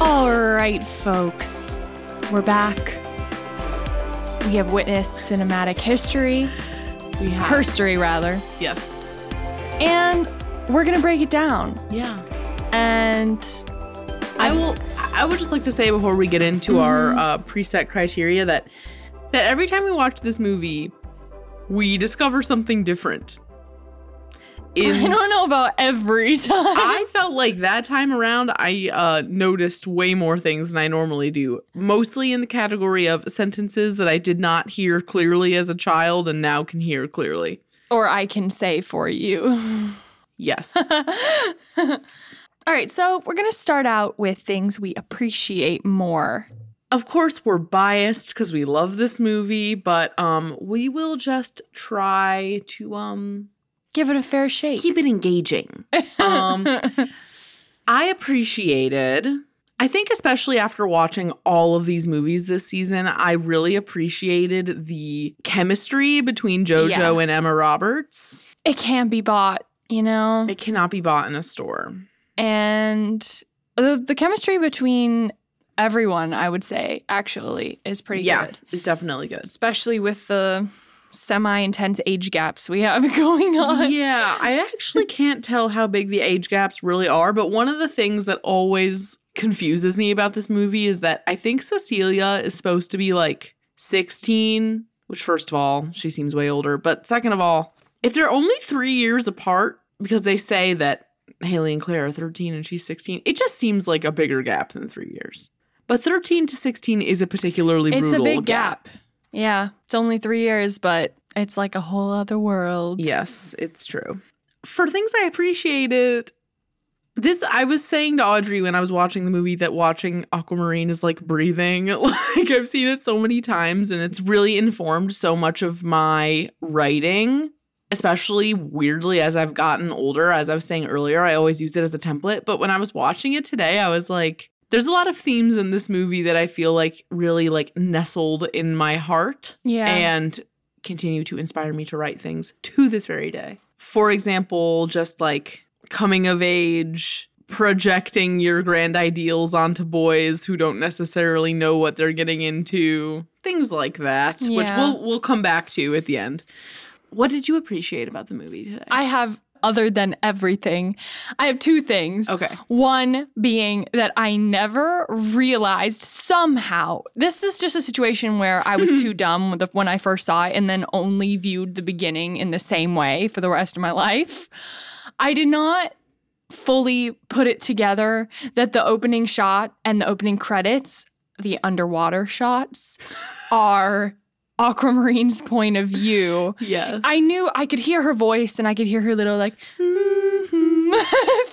[SPEAKER 2] All right, folks. We're back. We have witnessed cinematic history,
[SPEAKER 1] We have.
[SPEAKER 2] herstory rather,
[SPEAKER 1] Yes.
[SPEAKER 2] and we're going to break it down.
[SPEAKER 1] Yeah.
[SPEAKER 2] And
[SPEAKER 1] I will. I would just like to say before we get into our uh, preset criteria that that every time we watch this movie, we discover something different.
[SPEAKER 2] I
[SPEAKER 1] In
[SPEAKER 2] don't know about every time.
[SPEAKER 1] I felt like that time around, I uh, noticed way more things than I normally do. Mostly in the category of sentences that I did not hear clearly as a child and now can hear clearly.
[SPEAKER 2] or I can say for you.
[SPEAKER 1] Yes.
[SPEAKER 2] All right, so we're going to start out with things we appreciate more.
[SPEAKER 1] of course we're biased because we love this movie but um we will just try to um
[SPEAKER 2] Give it a fair shake.
[SPEAKER 1] keep it engaging um i appreciated i think especially after watching all of these movies this season i really appreciated the chemistry between jojo
[SPEAKER 2] Yeah.
[SPEAKER 1] and emma roberts
[SPEAKER 2] it can be bought, you know?
[SPEAKER 1] it cannot be bought in a store
[SPEAKER 2] and the, the chemistry between everyone, I would say, actually, is pretty
[SPEAKER 1] yeah
[SPEAKER 2] good.
[SPEAKER 1] it's definitely good
[SPEAKER 2] Especially with the semi intense age gaps we have going on.
[SPEAKER 1] yeah, I actually can't tell how big the age gaps really are, but one of the things that always confuses me about this movie is that I think Cecilia is supposed to be like 16, which, first of all, she seems way older. But second of all, if they're only three years apart, because they say that Haley and Claire are 13 and she's 16, it just seems like a bigger gap than three years. But 13 to 16 is a particularly
[SPEAKER 2] It's a
[SPEAKER 1] brutal
[SPEAKER 2] big gap. Yeah. It's only three years, but it's like a whole other world.
[SPEAKER 1] Yes, it's true. For things I appreciated, this I was saying to Audrey when I was watching the movie that watching Aquamarine is like breathing. Like I've seen it so many times and it's really informed so much of my writing, especially weirdly as I've gotten older, as I was saying earlier, I always use it as a template, but when I was watching it today, I was like there's a lot of themes in this movie that I feel like really like nestled in my heart
[SPEAKER 2] Yeah.
[SPEAKER 1] and continue to inspire me to write things to this very day. For example, just like coming of age, projecting your grand ideals onto boys who don't necessarily know what they're getting into, things like that, which
[SPEAKER 2] Yeah.
[SPEAKER 1] we'll we'll come back to at the end. What did you appreciate about the movie today?
[SPEAKER 2] I have, other than everything, I have two things.
[SPEAKER 1] okay.
[SPEAKER 2] One being that I never realized somehow this is just a situation where I was too dumb with the- when I first saw it and then only viewed the beginning in the same way for the rest of my life. I did not fully put it together that the opening shot and the opening credits, the underwater shots, are Aquamarine's point of view.
[SPEAKER 1] Yes.
[SPEAKER 2] I knew I could hear her voice and I could hear her little like,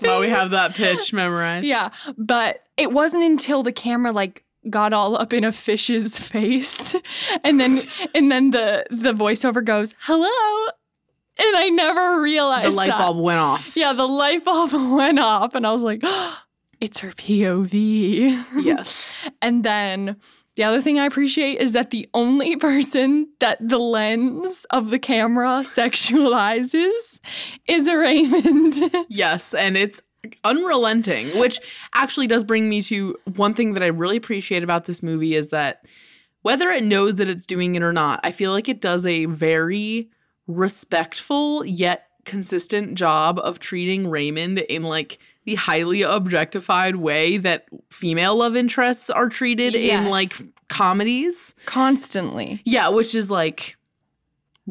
[SPEAKER 1] Well, we have that pitch memorized.
[SPEAKER 2] Yeah, but it wasn't until the camera like got all up in a fish's face, and then and then the the voiceover goes hello, and I never realized
[SPEAKER 1] The light
[SPEAKER 2] that.
[SPEAKER 1] bulb went off.
[SPEAKER 2] Yeah, the light bulb went off, and I was like, it's her POV.
[SPEAKER 1] Yes.
[SPEAKER 2] and then The other thing I appreciate is that the only person that the lens of the camera sexualizes is Raymond.
[SPEAKER 1] Yes, and it's unrelenting, which actually does bring me to one thing that I really appreciate about this movie is that whether it knows that it's doing it or not, I feel like it does a very respectful yet consistent job of treating Raymond in like the highly objectified way that female love interests are treated in
[SPEAKER 2] Yes.
[SPEAKER 1] like comedies.
[SPEAKER 2] Constantly.
[SPEAKER 1] Yeah, which is like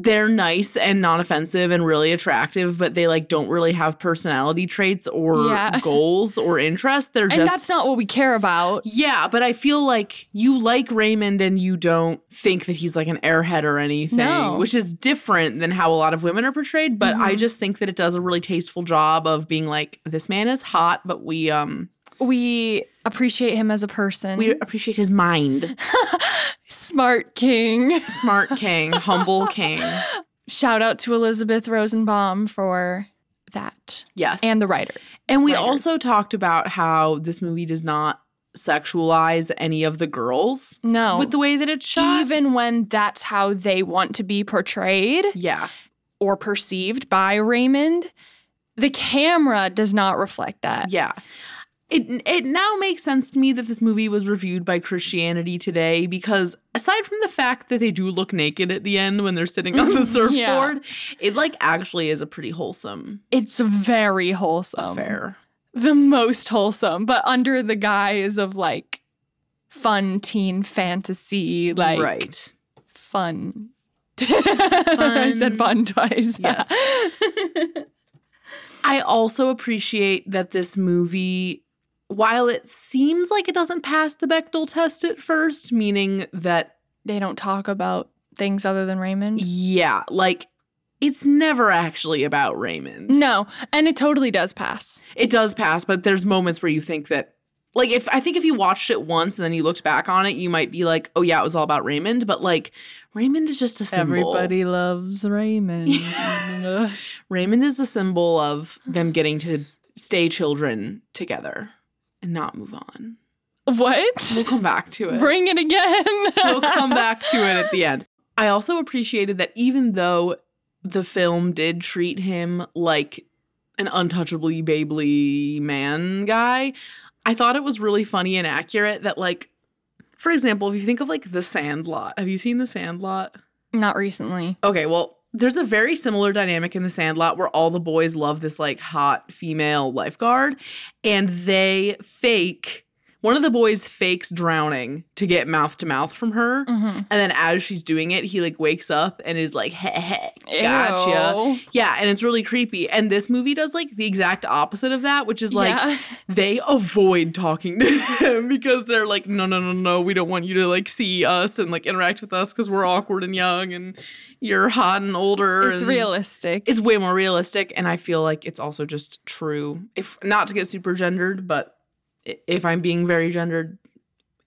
[SPEAKER 1] they're nice and non offensive and really attractive, but they like don't really have personality traits or
[SPEAKER 2] Yeah.
[SPEAKER 1] goals or interests. They're
[SPEAKER 2] And
[SPEAKER 1] just
[SPEAKER 2] that's not what we care about.
[SPEAKER 1] yeah, but I feel like you like Raymond and you don't think that he's like an airhead or anything,
[SPEAKER 2] No. Mm-hmm.
[SPEAKER 1] which is different than how a lot of women are portrayed. But I just think that it does a really tasteful job of being like, this man is hot, but we um
[SPEAKER 2] We appreciate him as a person.
[SPEAKER 1] we appreciate his mind.
[SPEAKER 2] Smart king.
[SPEAKER 1] Smart king, humble king.
[SPEAKER 2] Shout out to Elizabeth Rosenbaum for that
[SPEAKER 1] Yes.
[SPEAKER 2] and the writer.
[SPEAKER 1] And we
[SPEAKER 2] writers.
[SPEAKER 1] also talked about how this movie does not sexualize any of the girls
[SPEAKER 2] No.
[SPEAKER 1] with the way that it's shot.
[SPEAKER 2] even when that's how they want to be portrayed
[SPEAKER 1] yeah.
[SPEAKER 2] or perceived by Raymond, the camera does not reflect that.
[SPEAKER 1] Yeah. It, it now makes sense to me that this movie was reviewed by Christianity Today because aside from the fact that they do look naked at the end when they're sitting on the surfboard,
[SPEAKER 2] Yeah.
[SPEAKER 1] it like actually is a pretty wholesome
[SPEAKER 2] It's very wholesome.
[SPEAKER 1] affair.
[SPEAKER 2] The most wholesome, but under the guise of like fun teen fantasy, like
[SPEAKER 1] right.
[SPEAKER 2] fun. I said fun twice.
[SPEAKER 1] Yes. I also appreciate that this movie, while it seems like it doesn't pass the Bechtel test at first, meaning that,
[SPEAKER 2] they don't talk about things other than Raymond.
[SPEAKER 1] yeah, like it's never actually about Raymond.
[SPEAKER 2] No, and it totally does pass.
[SPEAKER 1] It does pass, but there's moments where you think that, like, if I think if you watched it once and then you looked back on it, you might be like, oh, yeah, it was all about Raymond. But like, Raymond is just a symbol.
[SPEAKER 2] loves Raymond.
[SPEAKER 1] Raymond is a symbol of them getting to stay children together and not move on. We'll
[SPEAKER 2] what?
[SPEAKER 1] come back to it.
[SPEAKER 2] Bring it again.
[SPEAKER 1] we'll come back to it at the end. I also appreciated that even though the film did treat him like an untouchably babely man guy, I thought it was really funny and accurate that like for example, if you think of like The Sandlot, have you seen The Sandlot?
[SPEAKER 2] Not recently.
[SPEAKER 1] Okay, well, there's a very similar dynamic in the Sandlot where all the boys love this like hot female lifeguard and they fake one of the boys fakes drowning to get mouth to mouth from her. And then as she's doing it, he like wakes up and is like, heh heh, gotcha.
[SPEAKER 2] Ew.
[SPEAKER 1] Yeah, and it's really creepy. And this movie does like the exact opposite of that, which is like
[SPEAKER 2] Yeah.
[SPEAKER 1] they avoid talking to him because they're like, no, no, no, no, we don't want you to like see us and like interact with us because we're awkward and young and you're hot and older.
[SPEAKER 2] It's
[SPEAKER 1] and-
[SPEAKER 2] realistic.
[SPEAKER 1] It's way more realistic, and I feel like it's also just true. If not to get super gendered, but i- if I'm being very gendered,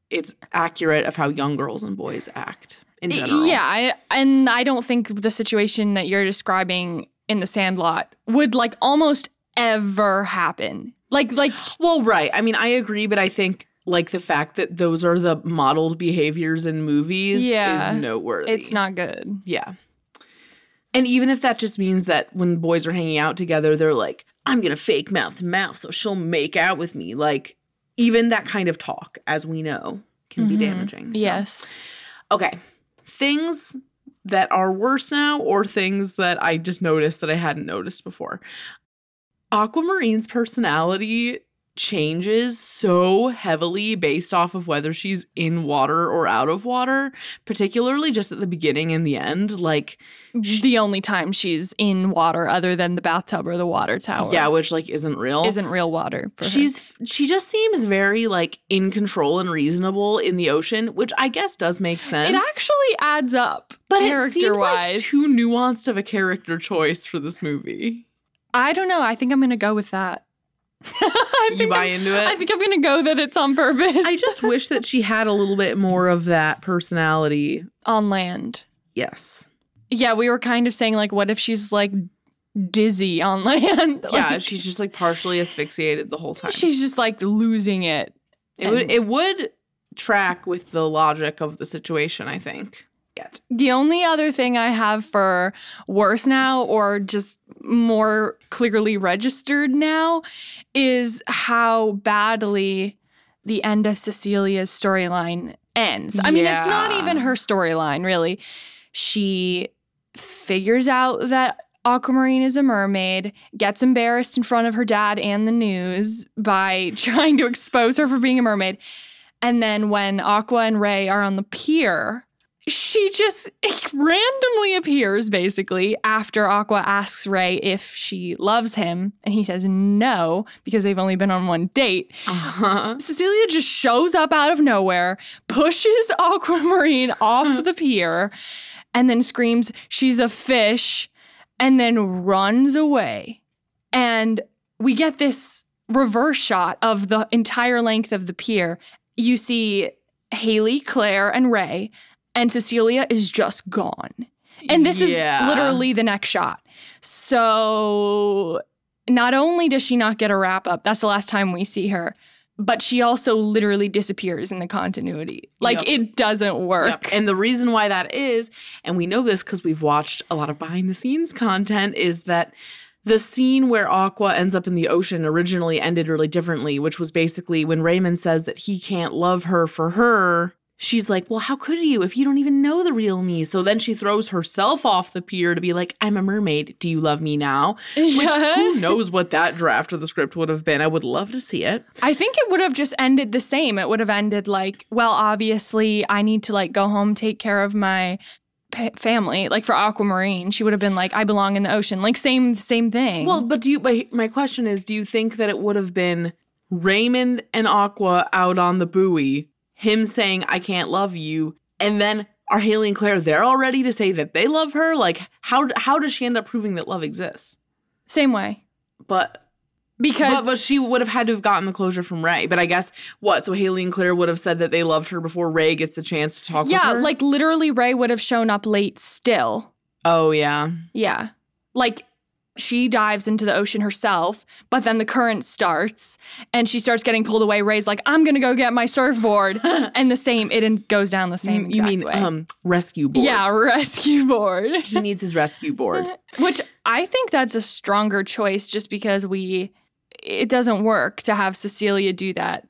[SPEAKER 1] it's accurate of how young girls and boys act in
[SPEAKER 2] I-
[SPEAKER 1] general.
[SPEAKER 2] Yeah, I, and I don't think the situation that you're describing in the Sandlot would like almost ever happen. Like, like
[SPEAKER 1] Well, right. I mean, I agree, but I think like the fact that those are the modeled behaviors in movies
[SPEAKER 2] Yeah.
[SPEAKER 1] is noteworthy.
[SPEAKER 2] it's not good.
[SPEAKER 1] Yeah. And even if that just means that when boys are hanging out together, they're like, I'm going to fake mouth to mouth, so she'll make out with me. Like, even that kind of talk, as we know, can
[SPEAKER 2] Mm-hmm.
[SPEAKER 1] be damaging. So-
[SPEAKER 2] Yes.
[SPEAKER 1] Okay. Things that are worse now or things that I just noticed that I hadn't noticed before. Aquamarine's personality changes so heavily based off of whether she's in water or out of water, particularly just at the beginning and the end. Like,
[SPEAKER 2] The only time she's in water other than the bathtub or the water tower.
[SPEAKER 1] yeah, which like isn't real.
[SPEAKER 2] Isn't real water. For her.
[SPEAKER 1] She's she just seems very like in control and reasonable in the ocean, which I guess does make sense.
[SPEAKER 2] It actually adds up
[SPEAKER 1] but it
[SPEAKER 2] character
[SPEAKER 1] seems
[SPEAKER 2] wise.
[SPEAKER 1] like too nuanced of a character choice for this movie.
[SPEAKER 2] I don't know. I think I'm gonna go with that. I
[SPEAKER 1] You
[SPEAKER 2] think
[SPEAKER 1] buy
[SPEAKER 2] I'm-
[SPEAKER 1] into it?
[SPEAKER 2] I think I'm gonna go that it's on purpose.
[SPEAKER 1] I just wish that she had a little bit more of that personality.
[SPEAKER 2] on land.
[SPEAKER 1] Yes.
[SPEAKER 2] Yeah, we were kind of saying like, what if she's like dizzy on land?
[SPEAKER 1] yeah,
[SPEAKER 2] Like,
[SPEAKER 1] she's just like partially asphyxiated the whole time.
[SPEAKER 2] she's just like losing it.
[SPEAKER 1] it would it would track with the logic of the situation, I think. Yet.
[SPEAKER 2] The only other thing I have for worse now, or just more clearly registered now, is how badly the end of Cecilia's storyline ends. I mean, it's not
[SPEAKER 1] Yeah.
[SPEAKER 2] even her storyline, really. She figures out that Aquamarine is a mermaid, gets embarrassed in front of her dad and the news by trying to expose her for being a mermaid. And then when Aqua and Ray are on the pier, she just randomly appears basically after Aqua asks Ray if she loves him. And he says no because they've only been on one date.
[SPEAKER 1] Uh-huh.
[SPEAKER 2] Cecilia just shows up out of nowhere, pushes Aquamarine off the pier, and then screams, She's a fish, and then runs away. And we get this reverse shot of the entire length of the pier. You see Haley, Claire, and Ray, and Cecilia is just gone. And this
[SPEAKER 1] Yeah.
[SPEAKER 2] is literally the next shot. So not only does she not get a wrap up, that's the last time we see her, but she also literally disappears in the continuity. Like
[SPEAKER 1] Yep.
[SPEAKER 2] it doesn't work.
[SPEAKER 1] Yep. And the reason why that is, and we know this because we've watched a lot of behind the scenes content, is that the scene where Aqua ends up in the ocean originally ended really differently, which was basically when Raymond says that he can't love her for her. She's like, Well, how could you if you don't even know the real me? So then she throws herself off the pier to be like, I'm a mermaid. Do you love me now? Which
[SPEAKER 2] Yeah.
[SPEAKER 1] who knows what that draft of the script would have been? I would love to see it.
[SPEAKER 2] I think it would have just ended the same. It would have ended like, well, obviously I need to like go home, take care of my pa family. Like for Aquamarine, she would have been like, I belong in the ocean. Like same same thing.
[SPEAKER 1] Well, but do you? But my question is, do you think that it would have been Raymond and Aqua out on the buoy, him saying "I can't love you," and then are Haley and Claire there already to say that they love her? Like, how how does she end up proving that love exists?
[SPEAKER 2] same way
[SPEAKER 1] But
[SPEAKER 2] because
[SPEAKER 1] but, but she would have had to have gotten the closure from Ray. But I guess what? So Haley and Claire would have said that they loved her before Ray gets the chance to talk.
[SPEAKER 2] yeah,
[SPEAKER 1] with her?
[SPEAKER 2] like literally Ray would have shown up late still.
[SPEAKER 1] oh yeah,
[SPEAKER 2] Yeah. Like she dives into the ocean herself, but then the current starts and she starts getting pulled away. Ray's like, I'm going to go get my surfboard. and the same, it in- goes down the same
[SPEAKER 1] you
[SPEAKER 2] exact
[SPEAKER 1] mean
[SPEAKER 2] way.
[SPEAKER 1] um rescue board?
[SPEAKER 2] yeah, rescue board.
[SPEAKER 1] he needs his rescue board.
[SPEAKER 2] Which I think that's a stronger choice just because we, it doesn't work to have Cecilia do that.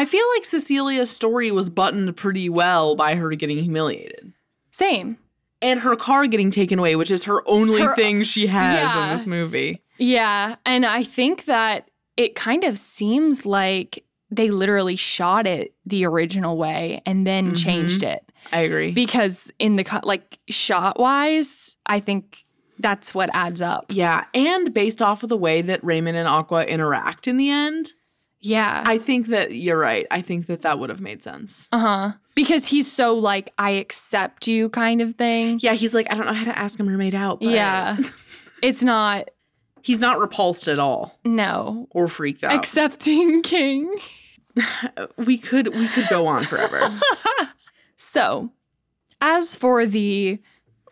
[SPEAKER 1] I feel like Cecilia's story was buttoned pretty well by her getting humiliated
[SPEAKER 2] Same.
[SPEAKER 1] and her car getting taken away, which is her only
[SPEAKER 2] Her-
[SPEAKER 1] thing she has
[SPEAKER 2] Yeah.
[SPEAKER 1] in this movie.
[SPEAKER 2] Yeah. And I think that it kind of seems like they literally shot it the original way and then
[SPEAKER 1] Mhm.
[SPEAKER 2] changed it.
[SPEAKER 1] I agree.
[SPEAKER 2] because in the co- like shot wise, I think that's what adds up.
[SPEAKER 1] yeah, and based off of the way that Raymond and Aqua interact in the end,
[SPEAKER 2] Yeah.
[SPEAKER 1] I think that you're right. I think that that would have made sense.
[SPEAKER 2] Uh huh. Because he's so like I accept you kind of thing.
[SPEAKER 1] Yeah, he's like, I don't know how to ask a mermaid out. But
[SPEAKER 2] Yeah. it's not
[SPEAKER 1] he's not repulsed at all
[SPEAKER 2] no
[SPEAKER 1] or freaked out.
[SPEAKER 2] accepting king.
[SPEAKER 1] we could we could go on forever.
[SPEAKER 2] So, as for the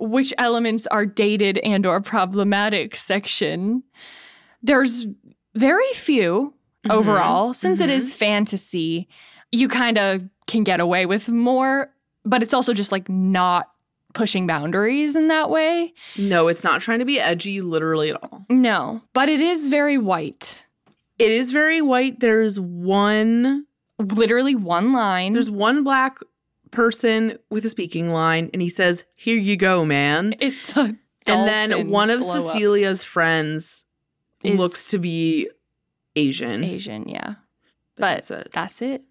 [SPEAKER 2] which elements are dated and or problematic section, there's very few
[SPEAKER 1] Mm-hmm.
[SPEAKER 2] overall since it is fantasy. You kind of can get away with more, but it's also just like not pushing boundaries in that way.
[SPEAKER 1] Mm-hmm. no, it's not trying to be edgy literally at all.
[SPEAKER 2] No, but it is very white.
[SPEAKER 1] It is very white. There's one
[SPEAKER 2] Literally one line.
[SPEAKER 1] There's one black person with a speaking line, and he says, Here you go, man.
[SPEAKER 2] it's a
[SPEAKER 1] And then
[SPEAKER 2] dolphin
[SPEAKER 1] one of
[SPEAKER 2] blow up.
[SPEAKER 1] Cecilia's friends
[SPEAKER 2] Is-
[SPEAKER 1] looks to be Asian.
[SPEAKER 2] Asian, yeah.
[SPEAKER 1] But
[SPEAKER 2] but
[SPEAKER 1] that's it.
[SPEAKER 2] That's it.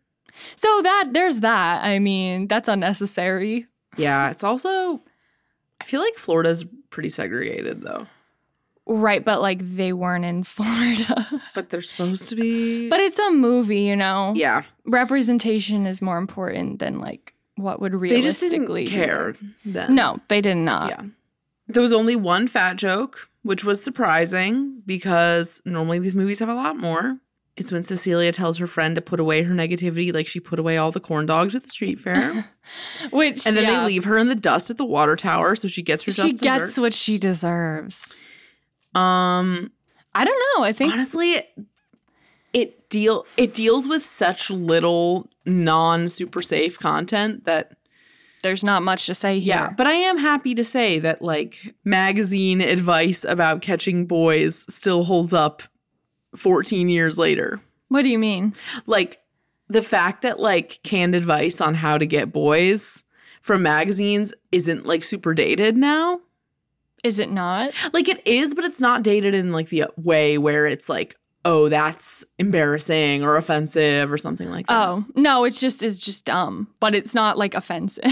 [SPEAKER 2] So that there's that. I mean, that's unnecessary.
[SPEAKER 1] Yeah, it's also, I feel like Florida's pretty segregated, though.
[SPEAKER 2] Right, but like they weren't in Florida.
[SPEAKER 1] But they're supposed to be.
[SPEAKER 2] but it's a movie, you know.
[SPEAKER 1] yeah,
[SPEAKER 2] Representation is more important than like what would
[SPEAKER 1] they just didn't
[SPEAKER 2] realistically
[SPEAKER 1] care then.
[SPEAKER 2] No, they did not.
[SPEAKER 1] Yeah. There was only one fat joke, which was surprising because normally these movies have a lot more. It's when Cecilia tells her friend to put away her negativity, like she put away all the corn dogs at the street fair.
[SPEAKER 2] Which
[SPEAKER 1] and then
[SPEAKER 2] yeah,
[SPEAKER 1] they leave her in the dust at the water tower, so she gets her
[SPEAKER 2] She
[SPEAKER 1] just
[SPEAKER 2] gets
[SPEAKER 1] desserts.
[SPEAKER 2] what she deserves.
[SPEAKER 1] um
[SPEAKER 2] I don't know. I think
[SPEAKER 1] honestly it deal it deals with such little non super safe content that
[SPEAKER 2] There's not much to say here.
[SPEAKER 1] yeah, but I am happy to say that like magazine advice about catching boys still holds up 14 years later.
[SPEAKER 2] What do you mean?
[SPEAKER 1] Like the fact that like canned advice on how to get boys from magazines isn't like super dated now.
[SPEAKER 2] Is it not?
[SPEAKER 1] Like it is, but it's not dated in like the way where it's like, oh, that's embarrassing or offensive or something like that.
[SPEAKER 2] Oh, no, it's just it's just dumb, but it's not like offensive.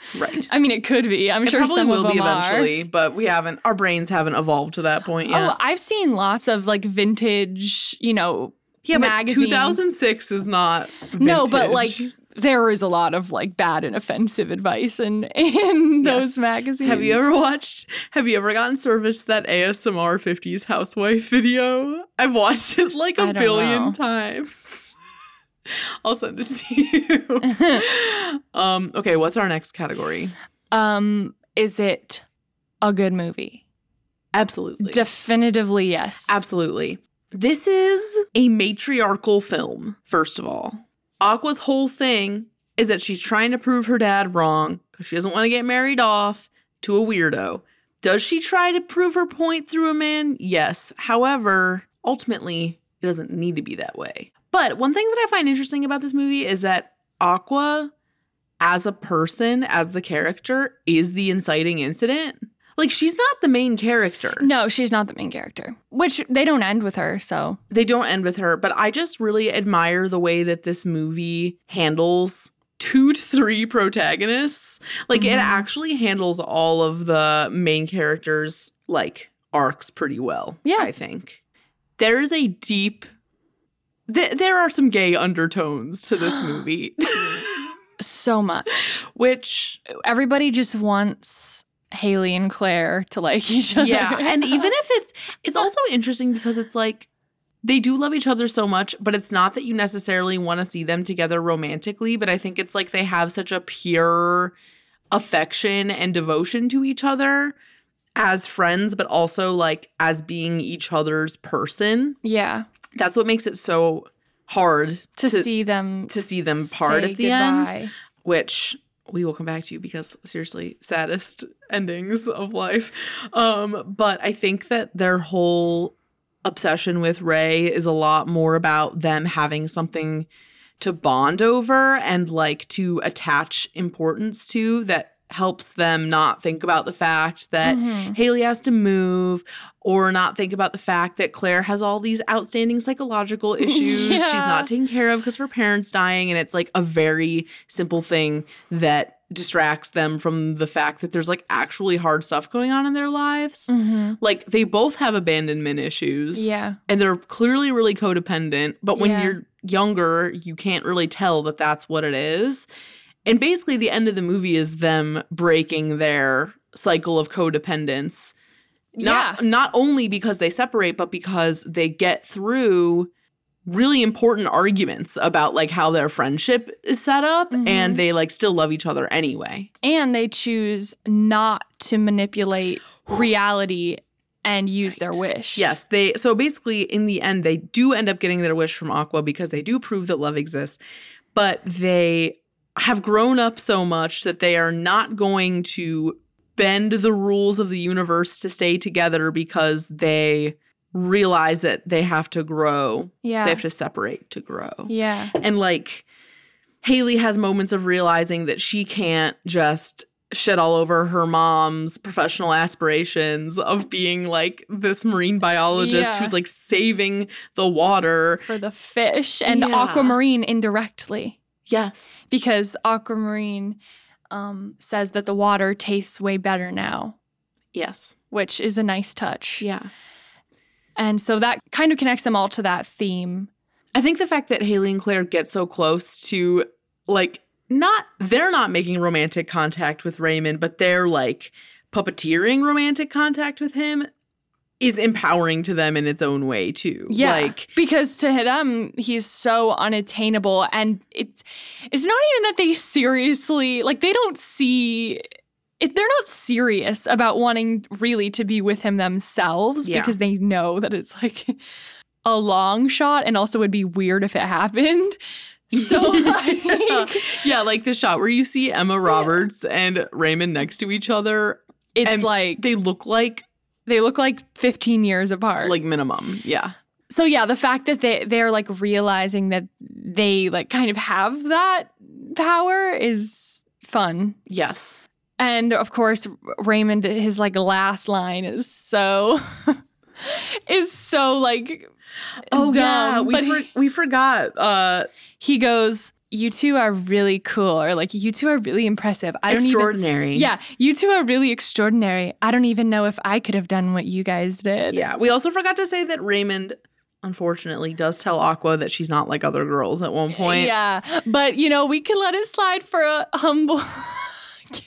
[SPEAKER 1] right.
[SPEAKER 2] I mean, it could be. I'm
[SPEAKER 1] It
[SPEAKER 2] sure
[SPEAKER 1] probably
[SPEAKER 2] some
[SPEAKER 1] will
[SPEAKER 2] of
[SPEAKER 1] be
[SPEAKER 2] them are.
[SPEAKER 1] eventually, but we haven't. Our brains haven't evolved to that point yet.
[SPEAKER 2] Oh, I've seen lots of like vintage, you know,
[SPEAKER 1] yeah, but
[SPEAKER 2] magazines.
[SPEAKER 1] 2006 is not.
[SPEAKER 2] No, but like
[SPEAKER 1] vintage.
[SPEAKER 2] there is a lot of like bad and offensive advice in in
[SPEAKER 1] Yes.
[SPEAKER 2] those magazines.
[SPEAKER 1] Have you ever watched? Have you ever gotten service that ASMR 50s housewife video? I've watched it like
[SPEAKER 2] I
[SPEAKER 1] a
[SPEAKER 2] don't
[SPEAKER 1] billion
[SPEAKER 2] know.
[SPEAKER 1] times. I'll send it to you. um, okay, what's our next category?
[SPEAKER 2] Um, is it a good movie?
[SPEAKER 1] Absolutely.
[SPEAKER 2] Definitively yes.
[SPEAKER 1] Absolutely. This is a matriarchal film, first of all. Aqua's whole thing is that she's trying to prove her dad wrong because she doesn't want to get married off to a weirdo. Does she try to prove her point through a man? Yes. However, ultimately, it doesn't need to be that way. But one thing that I find interesting about this movie is that Aqua, as a person, as the character, is the inciting incident. Like, she's not the main character.
[SPEAKER 2] No, she's not the main character. Which they don't end with her, so
[SPEAKER 1] they don't end with her, but I just really admire the way that this movie handles two to three protagonists. Like it
[SPEAKER 2] Mhm.
[SPEAKER 1] actually handles all of the main characters like arcs pretty well.
[SPEAKER 2] Yeah.
[SPEAKER 1] I think there is a deep. Th- there are some gay undertones to this movie,
[SPEAKER 2] so much.
[SPEAKER 1] which
[SPEAKER 2] Everybody just wants Haley and Claire to like each other.
[SPEAKER 1] yeah and even if it's it's also interesting because it's like they do love each other so much but it's not that you necessarily want to see them together romantically but i think it's like they have such a pure affection and devotion to each other as friends but also like as being each other's person
[SPEAKER 2] yeah,
[SPEAKER 1] that's what makes it so hard
[SPEAKER 2] to, see them
[SPEAKER 1] to see them part
[SPEAKER 2] say
[SPEAKER 1] at the end
[SPEAKER 2] goodbye.
[SPEAKER 1] which we will come back to because seriously saddest endings of life um but i think that their whole obsession with ray is a lot more about them having something to bond over and like to attach importance to that helps them not think about the fact that
[SPEAKER 2] Mhm.
[SPEAKER 1] Haley has to move or not think about the fact that Claire has all these outstanding psychological issues she's
[SPEAKER 2] Yeah.
[SPEAKER 1] not taken care of because of her parents dying. And it's like a very simple thing that distracts them from the fact that there's like actually hard stuff going on in their lives.
[SPEAKER 2] Mhm.
[SPEAKER 1] Like they both have abandonment issues.
[SPEAKER 2] Yeah.
[SPEAKER 1] And they're clearly really codependent. But when
[SPEAKER 2] Yeah.
[SPEAKER 1] you're younger, you can't really tell that that's what it is. And basically, the end of the movie is them breaking their cycle of codependence not not only because they separate but because they get through really important arguments about like how their friendship is set up and they like still love each other anyway
[SPEAKER 2] and they choose not to manipulate reality and use their wish.
[SPEAKER 1] yes they so basically in the end they do end up getting their wish from aqua because they do prove that love exists but they have grown up so much that they are not going to bend the rules of the universe to stay together because they realize that they have to grow
[SPEAKER 2] Yeah.
[SPEAKER 1] They have to separate to grow.
[SPEAKER 2] yeah.
[SPEAKER 1] And like Haley has moments of realizing that she can't just shit all over her mom's professional aspirations of being like this marine biologist
[SPEAKER 2] Yeah.
[SPEAKER 1] who's like saving the water.
[SPEAKER 2] For the fish and
[SPEAKER 1] Yeah.
[SPEAKER 2] aquamarine indirectly
[SPEAKER 1] Yes.
[SPEAKER 2] because aquamarine um, says that the water tastes way better now,
[SPEAKER 1] Yes.
[SPEAKER 2] which is a nice touch.
[SPEAKER 1] Yeah.
[SPEAKER 2] And so that kind of connects them all to that theme.
[SPEAKER 1] I think the fact that Haley and Claire get so close to like not they're not making romantic contact with Raymond, but they're like puppeteering romantic contact with him is empowering to them in its own way too.
[SPEAKER 2] Yeah,
[SPEAKER 1] Like
[SPEAKER 2] because to them he's so unattainable, and it's it's not even that they seriously like they don't see. It, they're not serious about wanting really to be with him themselves
[SPEAKER 1] Yeah.
[SPEAKER 2] because they know that it's like a long shot and also would be weird if it happened. So like,
[SPEAKER 1] uh, yeah, like the shot where you see Emma Roberts and Raymond next to each other.
[SPEAKER 2] it's
[SPEAKER 1] and
[SPEAKER 2] like they,
[SPEAKER 1] they look like
[SPEAKER 2] look like 15 years apart.
[SPEAKER 1] like minimum. Yeah.
[SPEAKER 2] so yeah, the fact that they they're like realizing that they like kind of have that power is fun.
[SPEAKER 1] Yes.
[SPEAKER 2] And of course, Raymond, his like last line is so is so like dumb,
[SPEAKER 1] Oh, we
[SPEAKER 2] but
[SPEAKER 1] for-
[SPEAKER 2] he,
[SPEAKER 1] we forgot. Uh,
[SPEAKER 2] he goes, "You two are really cool," or like, "You two are really impressive." I don't even.
[SPEAKER 1] extraordinary.
[SPEAKER 2] Yeah, you two are really extraordinary. I don't even know if I could have done what you guys did.
[SPEAKER 1] Yeah. We also forgot to say that Raymond, unfortunately, does tell Aqua that she's not like other girls at one point.
[SPEAKER 2] Yeah, but you know we can let it slide for a humble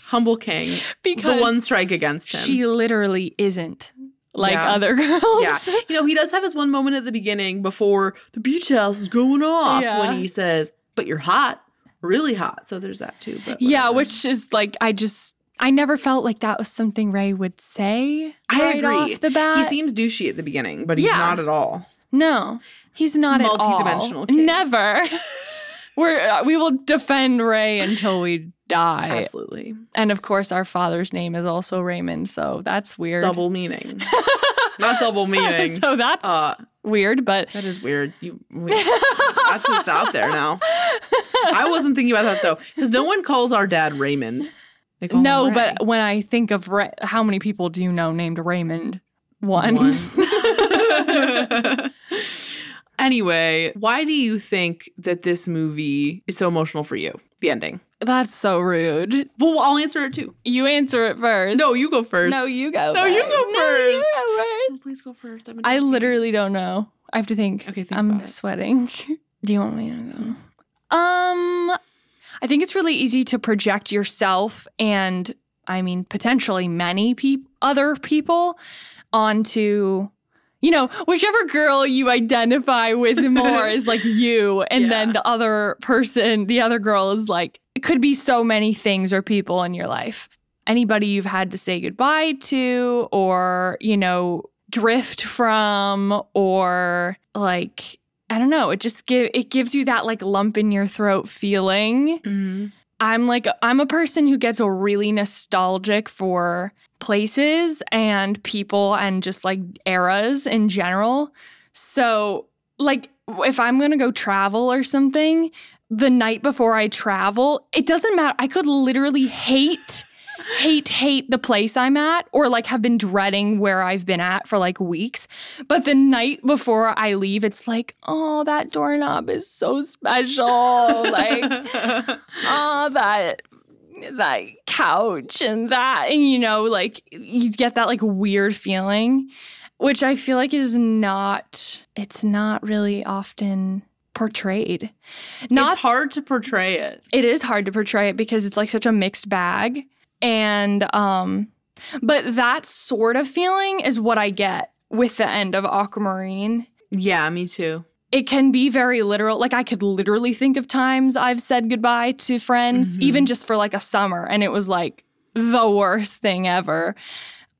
[SPEAKER 1] Humble King.
[SPEAKER 2] because
[SPEAKER 1] the one strike against him.
[SPEAKER 2] she literally isn't like
[SPEAKER 1] Yeah.
[SPEAKER 2] other girls.
[SPEAKER 1] yeah. You know, he does have his one moment at the beginning before the beach house is going off
[SPEAKER 2] Yeah.
[SPEAKER 1] when he says, But you're hot, really hot. So there's that too. But
[SPEAKER 2] Yeah,
[SPEAKER 1] whatever.
[SPEAKER 2] which is like I just I never felt like that was something Ray would say
[SPEAKER 1] I
[SPEAKER 2] right
[SPEAKER 1] agree.
[SPEAKER 2] off the bat.
[SPEAKER 1] He seems douchey at the beginning, but he's
[SPEAKER 2] Yeah.
[SPEAKER 1] not at all.
[SPEAKER 2] no, he's not at all.
[SPEAKER 1] Multi-dimensional kid.
[SPEAKER 2] Never. We're uh, we will defend Ray until we die.
[SPEAKER 1] Absolutely.
[SPEAKER 2] And of course, our father's name is also Raymond, so that's weird.
[SPEAKER 1] Double meaning. not double meaning.
[SPEAKER 2] so that's
[SPEAKER 1] Uh,
[SPEAKER 2] weird, but
[SPEAKER 1] That is weird. You, we, that's just out there now. I wasn't thinking about that though, because no one calls our dad Raymond. They call him
[SPEAKER 2] no.
[SPEAKER 1] Ray.
[SPEAKER 2] But when I think of Ra- how many people do you know named Raymond? One.
[SPEAKER 1] One. anyway, why do you think that this movie is so emotional for you? The ending.
[SPEAKER 2] that's so rude.
[SPEAKER 1] Well, I'll answer it too.
[SPEAKER 2] You answer it first.
[SPEAKER 1] No, you go first.
[SPEAKER 2] No, you go.
[SPEAKER 1] No, you
[SPEAKER 2] first.
[SPEAKER 1] go
[SPEAKER 2] No, you
[SPEAKER 1] first.
[SPEAKER 2] go first.
[SPEAKER 1] Please go first. I'm
[SPEAKER 2] I literally don't know. I have to think.
[SPEAKER 1] Okay, think
[SPEAKER 2] I'm
[SPEAKER 1] about it.
[SPEAKER 2] sweating. Do you want me to go? Um, I think it's really easy to project yourself and I mean potentially many people, other people, onto. You know, whichever girl you identify with more is like you. And then
[SPEAKER 1] Yeah.
[SPEAKER 2] the other person, the other girl is like, it could be so many things or people in your life anybody you've had to say goodbye to or, you know, drift from or like I don't know, it just give it gives you that like lump in your throat feeling.
[SPEAKER 1] Mhm.
[SPEAKER 2] I'm like I'm a person who gets really nostalgic for places and people and just like eras in general. So, like if I'm going to go travel or something, the night before I travel, it doesn't matter. I could literally hate hate hate the place I'm at or like have been dreading where I've been at for like weeks. But the night before I leave, it's like, "Oh, that doorknob is so special." like oh that that couch and that and you know like you get that like weird feeling which i feel like is not it's not really often portrayed not
[SPEAKER 1] it's hard to portray it.
[SPEAKER 2] it is hard to portray it because it's like such a mixed bag and um but that sort of feeling is what i get with the end of aquamarine
[SPEAKER 1] Yeah, me too.
[SPEAKER 2] it can be very literal. Like I could literally think of times I've said goodbye to friends,
[SPEAKER 1] Mm-hmm.
[SPEAKER 2] even just for like a summer, and it was like the worst thing ever.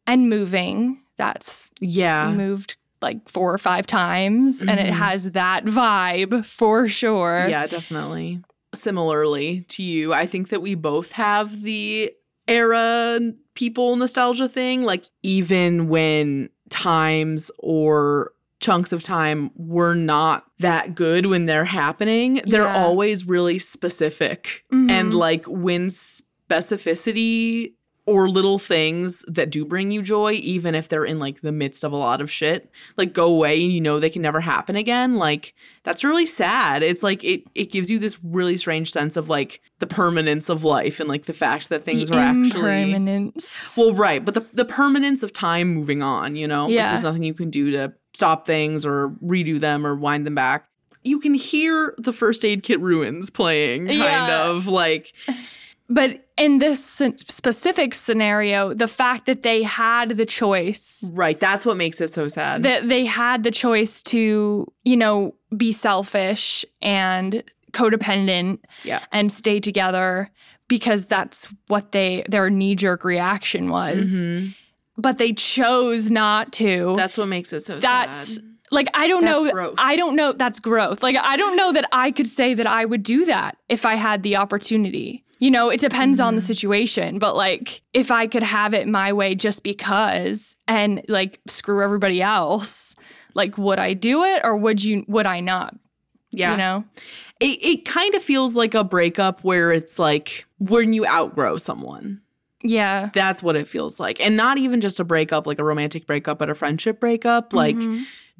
[SPEAKER 2] And moving, that's
[SPEAKER 1] Yeah.
[SPEAKER 2] moved like four or five times, and it has that vibe for sure.
[SPEAKER 1] Mm-hmm. Yeah, definitely. Similarly to you, I think that we both have the era people nostalgia thing. Like, even when times or chunks of time were not that good when they're happening, they're
[SPEAKER 2] Yeah.
[SPEAKER 1] always really specific. And
[SPEAKER 2] Mhm.
[SPEAKER 1] like, when specificity or little things that do bring you joy, even if they're in like the midst of a lot of shit, like go away and you know they can never happen again. Like that's really sad. It's like it it gives you this really strange sense of like the permanence of life and like the fact that things
[SPEAKER 2] the
[SPEAKER 1] are actually
[SPEAKER 2] impermanence.
[SPEAKER 1] well, right, but the the permanence of time moving on, you know? Like
[SPEAKER 2] Yeah.
[SPEAKER 1] there's nothing you can do to stop things or redo them or wind them back. You can hear the first aid kit ruins playing kind
[SPEAKER 2] Yeah.
[SPEAKER 1] of like
[SPEAKER 2] but in this sen- specific scenario, the fact that they had the choice
[SPEAKER 1] right, that's what makes it so sad.
[SPEAKER 2] that they had the choice to, you know, be selfish and codependent
[SPEAKER 1] Yeah.
[SPEAKER 2] and stay together because that's what they their knee jerk reaction was.
[SPEAKER 1] Mhm.
[SPEAKER 2] But they chose not to.
[SPEAKER 1] That's what makes it so
[SPEAKER 2] That's
[SPEAKER 1] sad.
[SPEAKER 2] Like I don't
[SPEAKER 1] That's
[SPEAKER 2] know
[SPEAKER 1] growth.
[SPEAKER 2] I don't know that's growth. Like I don't know that I could say that I would do that if I had the opportunity. You know, it depends on the
[SPEAKER 1] Mm-hmm.
[SPEAKER 2] situation, but like if I could have it my way just because and like screw everybody else, like would I do it or would you would I not?
[SPEAKER 1] Yeah.
[SPEAKER 2] You know?
[SPEAKER 1] It, it kind of feels like a breakup where it's like when you outgrow someone.
[SPEAKER 2] Yeah.
[SPEAKER 1] That's what it feels like. And not even just a breakup, like a romantic breakup, but a friendship breakup. Like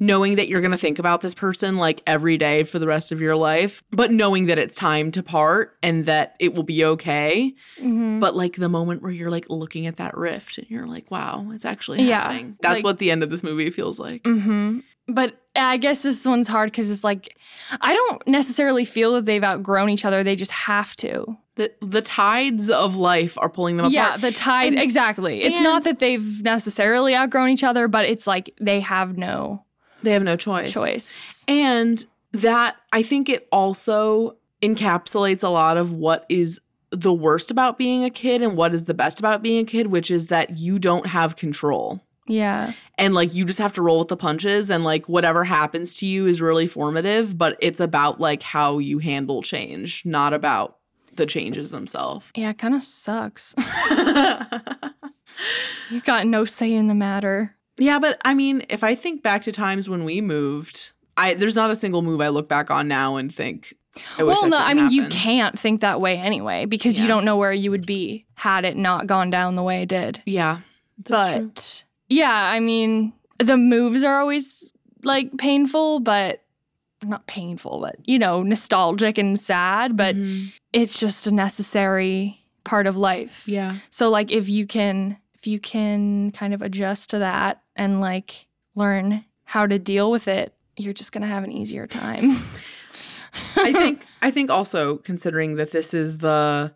[SPEAKER 1] knowing that you're going to think about this person like every day for the rest of your life, but knowing that it's time to part and that it will be okay.
[SPEAKER 2] Mm-hmm.
[SPEAKER 1] But like the moment where you're like looking at that rift and you're like, wow, it's actually
[SPEAKER 2] Yeah,
[SPEAKER 1] happening. That's
[SPEAKER 2] like-
[SPEAKER 1] what the end of this movie feels like.
[SPEAKER 2] Mhm. But I guess this one's hard cuz it's like I don't necessarily feel that they've outgrown each other. They just have to.
[SPEAKER 1] The, the tides of life are pulling them
[SPEAKER 2] Yeah,
[SPEAKER 1] apart.
[SPEAKER 2] the tide.
[SPEAKER 1] And-
[SPEAKER 2] exactly. It's
[SPEAKER 1] and-
[SPEAKER 2] not that they've necessarily outgrown each other, but it's like they have no
[SPEAKER 1] they have no choice.
[SPEAKER 2] choice.
[SPEAKER 1] And that I think it also encapsulates a lot of what is the worst about being a kid and what is the best about being a kid, which is that you don't have control.
[SPEAKER 2] Yeah.
[SPEAKER 1] And like you just have to roll with the punches and like whatever happens to you is really formative, but it's about like how you handle change, not about the changes themselves.
[SPEAKER 2] Yeah, it kind of sucks. you got no say in the matter.
[SPEAKER 1] Yeah, but I mean, if I think back to times when we moved, I there's not a single move I look back on now and think. I wish
[SPEAKER 2] well,
[SPEAKER 1] that
[SPEAKER 2] no,
[SPEAKER 1] didn't
[SPEAKER 2] I mean, you
[SPEAKER 1] happen."
[SPEAKER 2] can't think that way anyway because
[SPEAKER 1] Yeah.
[SPEAKER 2] you don't know where you would be had it not gone down the way it did.
[SPEAKER 1] Yeah, that's true.
[SPEAKER 2] but yeah, I mean, the moves are always like painful, but not painful, but you know, nostalgic and sad, but
[SPEAKER 1] Mhm.
[SPEAKER 2] it's just a necessary part of life.
[SPEAKER 1] yeah,
[SPEAKER 2] So like if you can if you can kind of adjust to that and like learn how to deal with it, you're just going to have an easier time.
[SPEAKER 1] I think I think also considering that this is the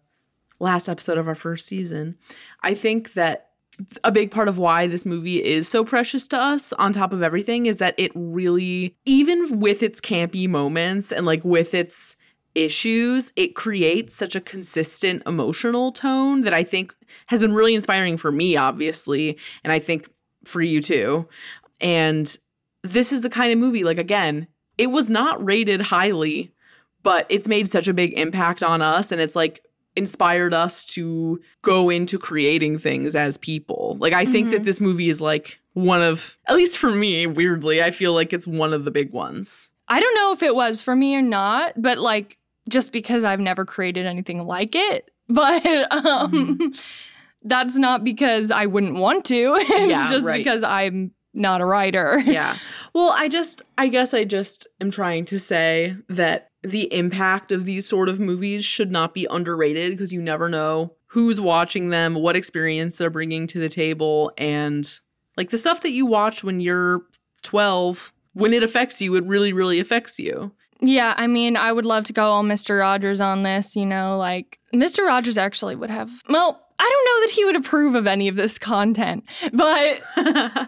[SPEAKER 1] last episode of our first season, I think that th- a big part of why this movie is so precious to us on top of everything is that it really even with its campy moments and like with its issues, it creates such a consistent emotional tone that I think has been really inspiring for me obviously, and I think for you too. And this is the kind of movie like again, it was not rated highly but it's made such a big impact on us and it's like inspired us to go into creating things as people. Like I think that this movie is like one of at least for me weirdly I feel like it's one of the big ones.
[SPEAKER 2] I don't know if it was for me or not, but like just because I've never created anything like it, but um
[SPEAKER 1] Mm-hmm.
[SPEAKER 2] that's not because I wouldn't want to. It's
[SPEAKER 1] Yeah,
[SPEAKER 2] just
[SPEAKER 1] right.
[SPEAKER 2] because I'm not a writer.
[SPEAKER 1] yeah. Well, I just, I guess I just am trying to say that the impact of these sort of movies should not be underrated because you never know who's watching them, what experience they're bringing to the table. And like the stuff that you watch when you're 12, when it affects you, it really, really affects you.
[SPEAKER 2] Yeah, I mean, I would love to go all Mr. Rogers on this, you know, like Mr. Rogers actually would have, well, I don't know that he would approve of any of this content, but,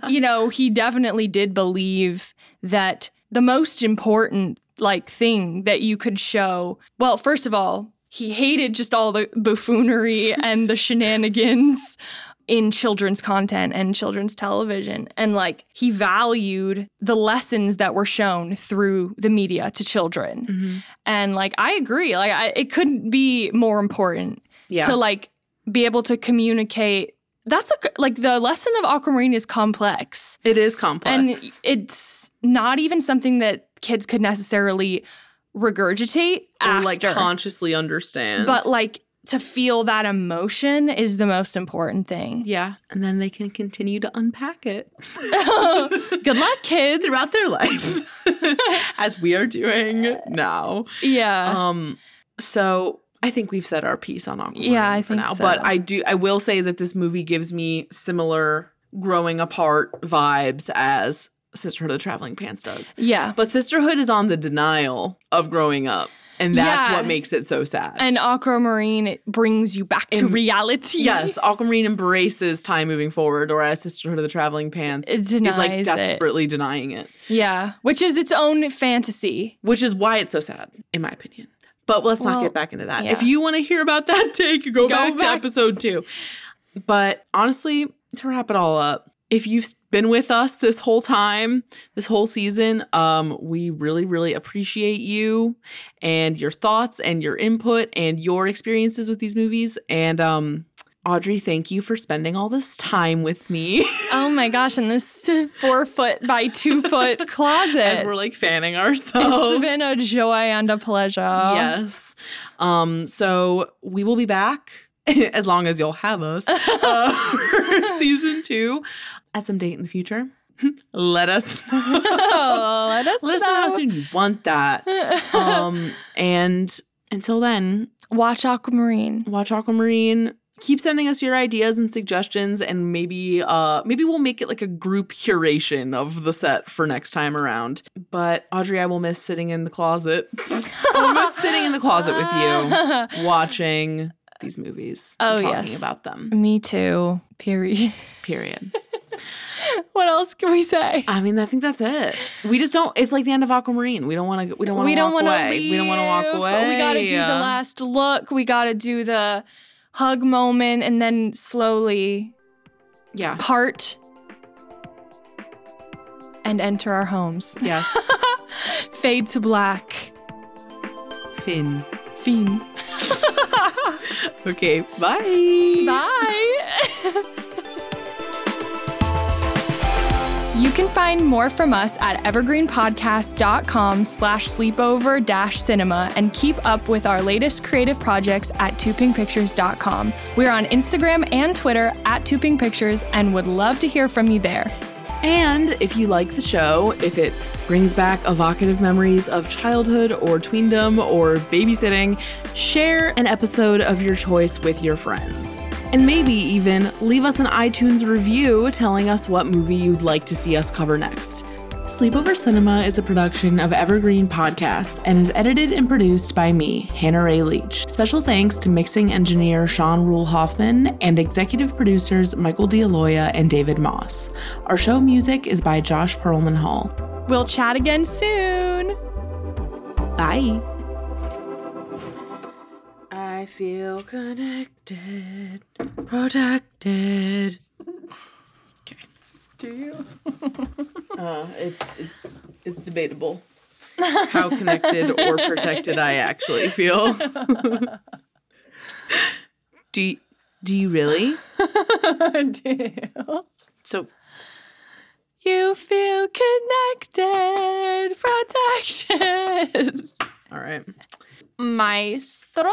[SPEAKER 2] you know, he definitely did believe that the most important, like, thing that you could show, well, first of all, he hated just all the buffoonery and the shenanigans in children's content and children's television. And like he valued the lessons that were shown through the media to children.
[SPEAKER 1] Mm-hmm.
[SPEAKER 2] And like I agree, like I, it couldn't be more important
[SPEAKER 1] Yeah.
[SPEAKER 2] to like be able to communicate. That's a, like the lesson of aquamarine is complex.
[SPEAKER 1] it is complex.
[SPEAKER 2] And it's not even something that kids could necessarily regurgitate
[SPEAKER 1] Or,
[SPEAKER 2] after.
[SPEAKER 1] like consciously understand.
[SPEAKER 2] but like to feel that emotion is the most important thing.
[SPEAKER 1] yeah. And then they can continue to unpack it
[SPEAKER 2] Good luck, kids.
[SPEAKER 1] throughout their life, as we are doing now.
[SPEAKER 2] yeah.
[SPEAKER 1] Um, so I think we've said our piece on Aquaman.
[SPEAKER 2] Yeah, I
[SPEAKER 1] for
[SPEAKER 2] think
[SPEAKER 1] now.
[SPEAKER 2] so.
[SPEAKER 1] But I do. I will say that this movie gives me similar growing apart vibes as Sisterhood of the Traveling Pants does.
[SPEAKER 2] yeah.
[SPEAKER 1] But Sisterhood is on the denial of growing up, and that's
[SPEAKER 2] Yeah.
[SPEAKER 1] what makes it so sad.
[SPEAKER 2] And aquamarine it brings you back to
[SPEAKER 1] And-
[SPEAKER 2] reality.
[SPEAKER 1] Yes, Aquamarine embraces time moving forward, or as Sisterhood of the Traveling Pants
[SPEAKER 2] It
[SPEAKER 1] is like
[SPEAKER 2] denies it.
[SPEAKER 1] desperately denying it,
[SPEAKER 2] Yeah. Which is its own fantasy.
[SPEAKER 1] which is why it's so sad, in my opinion. But let's not
[SPEAKER 2] Well,
[SPEAKER 1] get back into that.
[SPEAKER 2] yeah.
[SPEAKER 1] If you want to hear about that take, go, back, to
[SPEAKER 2] back.
[SPEAKER 1] episode two. But honestly, to wrap it all up, if you've been with us this whole time, this whole season, um, we really, really appreciate you and your thoughts and your input and your experiences with these movies. And um, Audrey, thank you for spending all this time with me
[SPEAKER 2] Oh my gosh, in this four foot by two foot
[SPEAKER 1] as
[SPEAKER 2] closet.
[SPEAKER 1] we're like fanning
[SPEAKER 2] It's
[SPEAKER 1] ourselves.
[SPEAKER 2] been a joy and a pleasure.
[SPEAKER 1] Uh-huh. yes. Um, so we will be back as long as you'll have us uh, for season two at some date in the future. Let us know.
[SPEAKER 2] Oh, let us
[SPEAKER 1] Let us know how soon you want that. Um, and until then,
[SPEAKER 2] Watch Aquamarine.
[SPEAKER 1] watch Aquamarine. Keep sending us your ideas and suggestions, and maybe uh maybe we'll make it like a group curation of the set for next time around. But Audrey, I will miss sitting in the closet. I'll miss sitting in the closet with you, watching these movies. and
[SPEAKER 2] Oh,
[SPEAKER 1] talking
[SPEAKER 2] yes.
[SPEAKER 1] about them.
[SPEAKER 2] Me too. Period.
[SPEAKER 1] Period.
[SPEAKER 2] what else can we say?
[SPEAKER 1] I mean, I think that's it. We just don't. It's like the end of Aquamarine. We don't want to. We don't want to.
[SPEAKER 2] we don't
[SPEAKER 1] want
[SPEAKER 2] want to
[SPEAKER 1] to.
[SPEAKER 2] leave. Oh,
[SPEAKER 1] We don't want to walk away.
[SPEAKER 2] We gotta do the last look. We gotta do the hug moment, and then slowly
[SPEAKER 1] Yeah.
[SPEAKER 2] part and enter our homes.
[SPEAKER 1] Yes.
[SPEAKER 2] Fade to black.
[SPEAKER 1] Finn.
[SPEAKER 2] Fiend.
[SPEAKER 1] Okay. Bye.
[SPEAKER 2] Bye. You can find more from us at evergreenpodcast.com slash sleepover dash cinema and keep up with our latest creative projects at tupingpictures.com. We're on Instagram and Twitter at Tuping Pictures and would love to hear from you there.
[SPEAKER 1] And if you like the show, if it brings back evocative memories of childhood or tweendom or babysitting, share an episode of your choice with your friends. And maybe even leave us an iTunes review telling us what movie you'd like to see us cover next. Sleepover Cinema is a production of Evergreen Podcasts and is edited and produced by me, Hannah Ray Leach. Special thanks to mixing engineer Sean Rule Hoffman and executive producers Michael D'Aloia and David Moss. Our show music is by Josh Perlman Hall.
[SPEAKER 2] We'll chat again soon.
[SPEAKER 1] Bye. I feel connected, protected.
[SPEAKER 2] Do you?
[SPEAKER 1] Uh, it's it's it's debatable how connected or protected I actually feel. do you, do you really? So
[SPEAKER 2] You feel connected, protected.
[SPEAKER 1] all right.
[SPEAKER 2] Maestro?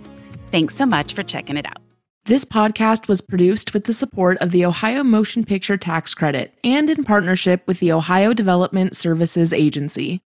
[SPEAKER 7] Thanks so much for checking it out.
[SPEAKER 1] This podcast was produced with the support of the Ohio Motion Picture Tax Credit and in partnership with the Ohio Development Services Agency.